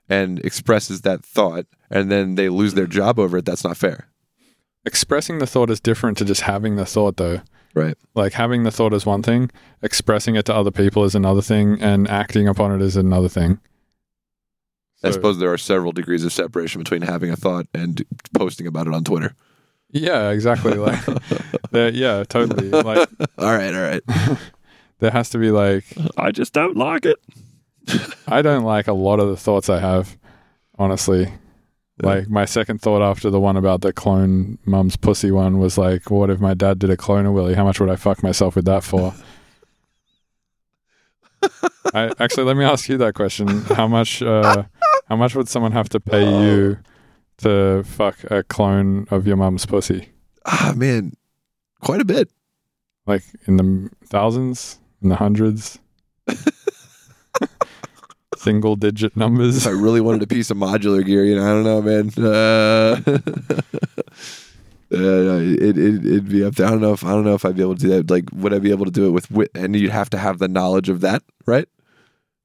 [SPEAKER 6] and expresses that thought and then they lose their job over it, that's not fair.
[SPEAKER 1] Expressing the thought is different to just having the thought, though.
[SPEAKER 6] Right.
[SPEAKER 1] like having the thought is one thing expressing it to other people is another thing and acting upon it is another thing
[SPEAKER 6] I
[SPEAKER 1] So-
[SPEAKER 6] suppose there are several degrees of separation between having a thought and posting about it on Twitter.
[SPEAKER 1] yeah exactly like there- yeah totally like
[SPEAKER 6] All right, all right.
[SPEAKER 1] there has to be like
[SPEAKER 7] I just don't like it.
[SPEAKER 1] i don't like a lot of the thoughts i have honestly like my second thought after the one about the clone mum's pussy one was like what if my dad did a clone of willie how much would i fuck myself with that for I, actually let me ask you that question how much uh, how much would someone have to pay you to fuck a clone of your mum's pussy
[SPEAKER 6] Ah, man, quite a bit.
[SPEAKER 1] like in the thousands in the hundreds single digit numbers
[SPEAKER 6] If I really wanted a piece of modular gear, you know, I don't know, man. Uh, uh, it, it, it'd be up there. I don't know if I don't know if I'd be able to do that. Like, would I be able to do it with? wit And you'd have to have the knowledge of that, right?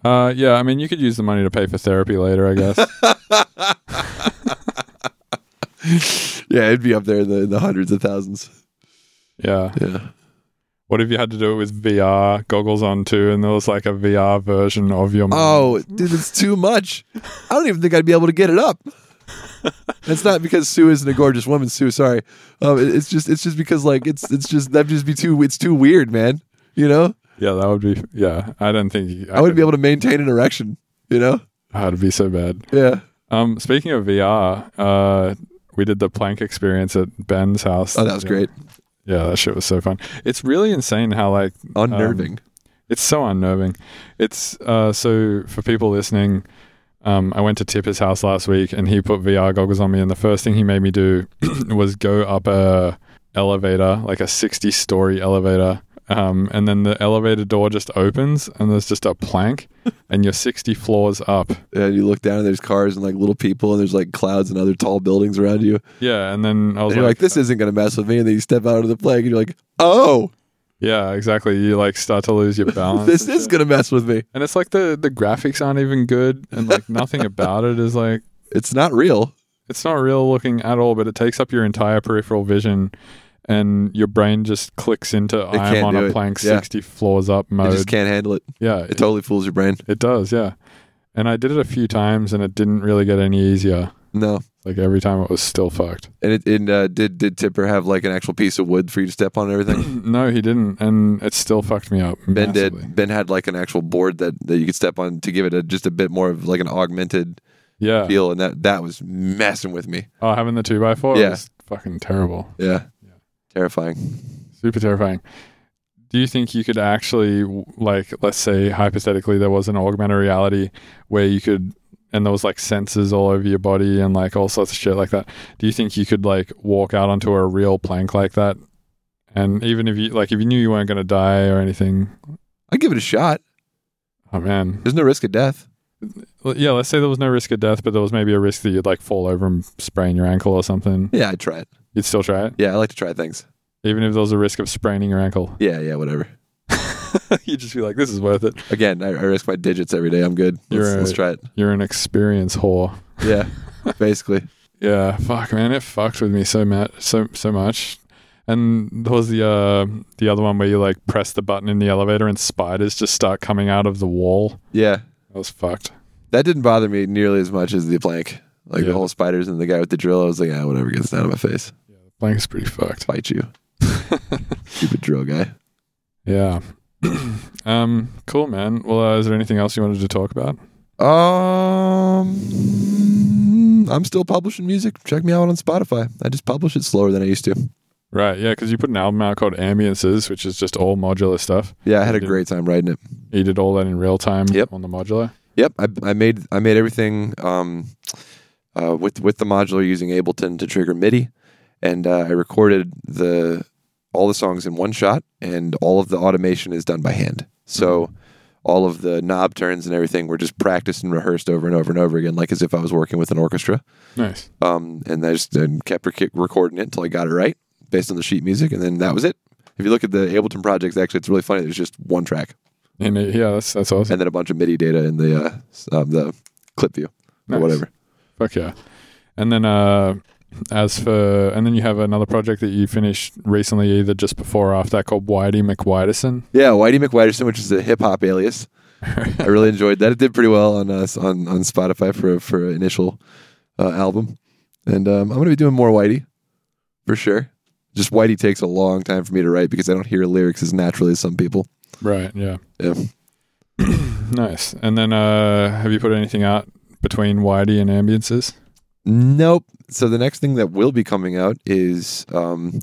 [SPEAKER 1] uh, yeah i mean you could use the money to pay for therapy later i guess
[SPEAKER 6] Yeah, it'd be up there in the, in the hundreds of thousands.
[SPEAKER 1] yeah
[SPEAKER 6] Yeah.
[SPEAKER 1] What if you had to do it with VR goggles on too, and there was like a VR version of your? mum?
[SPEAKER 6] Oh, dude, it's too much. I don't even think I'd be able to get it up. That's not because Sue isn't a gorgeous woman, Sue. Sorry, um, it- it's just it's just because like it's it's just that'd just be too it's too weird, man. You know,
[SPEAKER 1] yeah, that would be. Yeah, I don't think you-
[SPEAKER 6] I wouldn't be able to maintain an erection. You know,
[SPEAKER 1] Oh, it'd be so bad.
[SPEAKER 6] yeah.
[SPEAKER 1] Um, speaking of VR, uh, we did the plank experience at Ben's house.
[SPEAKER 6] Oh, that was
[SPEAKER 1] Yeah.
[SPEAKER 6] great,
[SPEAKER 1] Yeah, that shit was so fun. It's really insane how like
[SPEAKER 6] unnerving.
[SPEAKER 1] It's so unnerving. It's uh, so for people listening. Um, I went to Tipper's house last week, and he put VR goggles on me. And the first thing he made me do was go up a elevator, like a sixty-story elevator. Um, and then the elevator door just opens, and there's just a plank, and you're sixty floors up.
[SPEAKER 6] and you look down and there's cars and like little people and there's like clouds and other tall buildings around you.
[SPEAKER 1] Yeah, and then I was
[SPEAKER 6] And you're like, this isn't gonna mess with me. And then you step out onto the plank and you're like, oh,
[SPEAKER 1] yeah, exactly. You like start to lose your balance.
[SPEAKER 6] this
[SPEAKER 1] and Oh,
[SPEAKER 6] is
[SPEAKER 1] shit.
[SPEAKER 6] gonna mess with me.
[SPEAKER 1] and it's like the the graphics aren't even good, and like nothing about it is like.
[SPEAKER 6] It's not real.
[SPEAKER 1] it's not real looking at all, but it takes up your entire peripheral vision, and your brain just clicks into I am
[SPEAKER 6] can't
[SPEAKER 1] on
[SPEAKER 6] do
[SPEAKER 1] a
[SPEAKER 6] it.
[SPEAKER 1] plank
[SPEAKER 6] Yeah.
[SPEAKER 1] sixty floors up
[SPEAKER 6] You
[SPEAKER 1] mode.
[SPEAKER 6] just can't handle it.
[SPEAKER 1] yeah,
[SPEAKER 6] It
[SPEAKER 1] Oh, it,
[SPEAKER 6] totally fools your brain.
[SPEAKER 1] it does. Yeah, and I did it a few times, and it didn't really get any easier.
[SPEAKER 6] No.
[SPEAKER 1] Like every time, it was still fucked.
[SPEAKER 6] And it, and uh, did did Tipper have like an actual piece of wood for you to step on and everything?
[SPEAKER 1] No, he didn't, and it still fucked me up.
[SPEAKER 6] Ben
[SPEAKER 1] massively.
[SPEAKER 6] did. Ben had like an actual board that, that you could step on to give it a, just a bit more of like an augmented
[SPEAKER 1] Yeah.
[SPEAKER 6] feel, and that that was messing with me.
[SPEAKER 1] Oh, having the two by four
[SPEAKER 6] Yeah.
[SPEAKER 1] was fucking terrible.
[SPEAKER 6] Yeah, terrifying.
[SPEAKER 1] Super terrifying. Do you think you could actually, w- like, let's say hypothetically, there was an augmented reality where you could, and there was like sensors all over your body and like all sorts of shit like that. Do you think you could like walk out onto a real plank like that? And even if you like, if you knew you weren't gonna die or anything,
[SPEAKER 6] I give it a shot.
[SPEAKER 1] oh man,
[SPEAKER 6] There's no risk of death.
[SPEAKER 1] Well, yeah. Let's say there was no risk of death, but there was maybe a risk that you'd like fall over and sprain your ankle or something.
[SPEAKER 6] Yeah, I'd try it.
[SPEAKER 1] You'd still try it,
[SPEAKER 6] Yeah, I like to try things.
[SPEAKER 1] even if there was a risk of spraining your ankle.
[SPEAKER 6] Yeah, yeah, whatever.
[SPEAKER 1] You'd just be like, this is worth it.
[SPEAKER 6] Again, I, I risk my digits every day. I'm good. Let's,
[SPEAKER 1] You're
[SPEAKER 6] let's
[SPEAKER 1] right.
[SPEAKER 6] try it.
[SPEAKER 1] You're an experience whore.
[SPEAKER 6] Yeah, basically.
[SPEAKER 1] Yeah, fuck, man, it fucked with me so much, so so much. And there was the uh, the other one where you like press the button in the elevator and spiders just start coming out of the wall.
[SPEAKER 6] Yeah,
[SPEAKER 1] That was fucked.
[SPEAKER 6] that didn't bother me nearly as much as the plank. Like
[SPEAKER 1] Yeah.
[SPEAKER 6] the whole spiders and the guy with the drill. I was like, ah, whatever gets down on my face,
[SPEAKER 1] Blank's pretty fucked.
[SPEAKER 6] bite you, stupid drill guy.
[SPEAKER 1] Yeah. um. Cool, man. Well, uh, is there anything else you wanted to talk about?
[SPEAKER 6] Um, I'm still publishing music. Check me out on Spotify. I just publish it slower than I used to.
[SPEAKER 1] Right, yeah, because you put an album out called Ambiances, which is just all modular stuff.
[SPEAKER 6] Yeah, I had a great time writing it.
[SPEAKER 1] You did all that in real time
[SPEAKER 6] Yep.
[SPEAKER 1] on the modular.
[SPEAKER 6] Yep, I, I made I made everything um, uh, with with the modular using Ableton to trigger MIDI, and uh, I recorded the all the songs in one shot, and all of the automation is done by hand. So all of the knob turns and everything were just practiced and rehearsed over and over and over again, like as if I was working with an orchestra.
[SPEAKER 1] Nice.
[SPEAKER 6] Um, and I just and kept rec- recording it until I got it right based on the sheet music, and then that was it. If you look at the Ableton projects, actually, it's really funny. There's just one track
[SPEAKER 1] And it, yeah, that's that's awesome.
[SPEAKER 6] and then a bunch of MIDI data in the uh, s- um, the clip view
[SPEAKER 1] Nice.
[SPEAKER 6] or whatever.
[SPEAKER 1] Fuck yeah. And then uh as for and then you have another project that you finished recently, either just before or after that called Whitey McWhiterson.
[SPEAKER 6] Yeah, Whitey McWhiterson, which is a hip hop alias. I really enjoyed that. It did pretty well on us on on Spotify for for initial uh, album, and um, I'm gonna be doing more Whitey for sure. Just Whitey takes a long time for me to write because I don't hear lyrics as naturally as some people.
[SPEAKER 1] Right, yeah.
[SPEAKER 6] Yeah.
[SPEAKER 1] Nice. And then uh have you put anything out between Whitey and Ambiances?
[SPEAKER 6] Nope. So the next thing that will be coming out is um,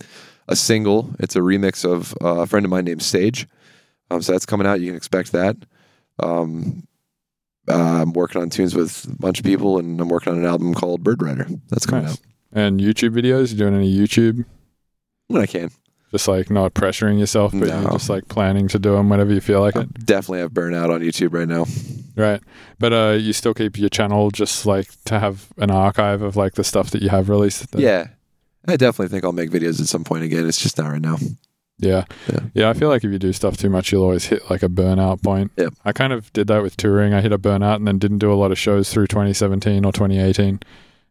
[SPEAKER 6] a single. It's a remix of uh, a friend of mine named Sage. Um, so that's coming out. You can expect that. Um, uh, I'm working on tunes with a bunch of people, and I'm working on an album called Bird Rider. That's coming
[SPEAKER 1] Nice.
[SPEAKER 6] out
[SPEAKER 1] And YouTube videos? You doing any YouTube?
[SPEAKER 6] when I can.
[SPEAKER 1] Just like not pressuring yourself, but
[SPEAKER 6] No.
[SPEAKER 1] you're just like planning to do them whenever you feel like
[SPEAKER 6] I
[SPEAKER 1] it.
[SPEAKER 6] definitely have burnout on YouTube right now.
[SPEAKER 1] Right. But uh you still keep your channel just like to have an archive of like the stuff that you have released. that-
[SPEAKER 6] Yeah. I definitely think I'll make videos at some point again. It's just not right now.
[SPEAKER 1] Yeah.
[SPEAKER 6] Yeah.
[SPEAKER 1] yeah. I feel like if you do stuff too much, you'll always hit like a burnout point.
[SPEAKER 6] Yep.
[SPEAKER 1] I kind of did that with touring. I hit a burnout and then didn't do a lot of shows through 2017 or 2018.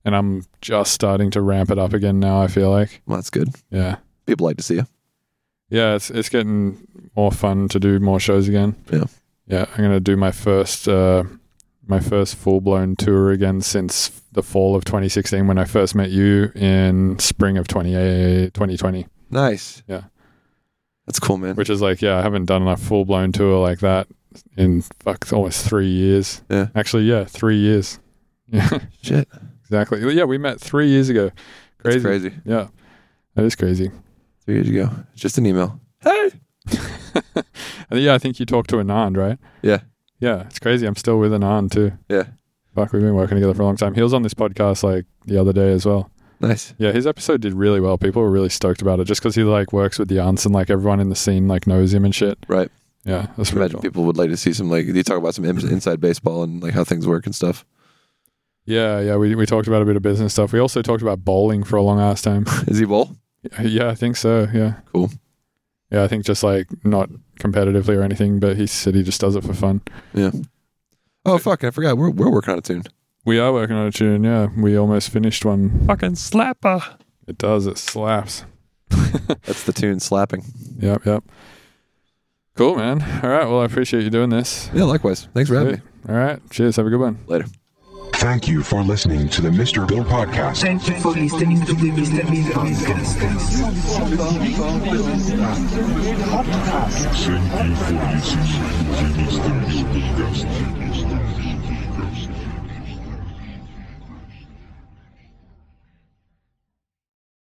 [SPEAKER 1] And I'm just starting to ramp it up again now, I feel like.
[SPEAKER 6] Well, that's good.
[SPEAKER 1] Yeah.
[SPEAKER 6] People like to see you.
[SPEAKER 1] Yeah, it's it's getting more fun to do more shows again.
[SPEAKER 6] Yeah.
[SPEAKER 1] Yeah, I'm going to do my first uh my first full-blown tour again since the fall of 2016 when I first met you in spring of 20, 2020.
[SPEAKER 6] Nice.
[SPEAKER 1] Yeah.
[SPEAKER 6] That's cool, man.
[SPEAKER 1] which is like yeah i haven't done a full-blown tour like that in fuck almost three years
[SPEAKER 6] Yeah.
[SPEAKER 1] actually yeah three years yeah
[SPEAKER 6] Shit.
[SPEAKER 1] exactly Well, yeah we met three years ago crazy,
[SPEAKER 6] That's crazy.
[SPEAKER 1] yeah that is crazy
[SPEAKER 6] Three years ago. Just an email. Hey.
[SPEAKER 1] and yeah i think you talked to anand right
[SPEAKER 6] Yeah.
[SPEAKER 1] yeah it's crazy i'm still with anand too
[SPEAKER 6] Yeah.
[SPEAKER 1] fuck we've been working together for a long time he was on this podcast like the other day as well
[SPEAKER 6] Nice.
[SPEAKER 1] yeah his episode did really well people were really stoked about it just because he like works with the aunts and like everyone in the scene like knows him and shit
[SPEAKER 6] Right.
[SPEAKER 1] yeah that's really
[SPEAKER 6] Imagine
[SPEAKER 1] cool.
[SPEAKER 6] people would like to see some like you talk about some in- inside baseball and like how things work and stuff.
[SPEAKER 1] Yeah, yeah. We, we talked about a bit of business stuff. We also talked about bowling for a long ass time.
[SPEAKER 6] Is he bowl?
[SPEAKER 1] yeah, I think so. Yeah.
[SPEAKER 6] Cool.
[SPEAKER 1] Yeah, I think just like not competitively or anything, but he said he just does it for fun.
[SPEAKER 6] Yeah. Oh fuck! I forgot we're we're working on a tune.
[SPEAKER 1] We are working on a tune. Yeah, we almost finished one.
[SPEAKER 6] Fucking slapper.
[SPEAKER 1] It does. It slaps.
[SPEAKER 6] That's the tune slapping.
[SPEAKER 1] Yep, yep. Cool, man. All right. Well, I appreciate you doing this.
[SPEAKER 6] Yeah. Likewise. Thanks for having me.
[SPEAKER 1] All right. Cheers. Have a good one.
[SPEAKER 6] Later.
[SPEAKER 7] Thank you for listening to the Mr. Bill Podcast.
[SPEAKER 8] Thank you for listening to the Mr. Bean Podcast.
[SPEAKER 7] Thank you for listening to the Mr. Bill Podcast.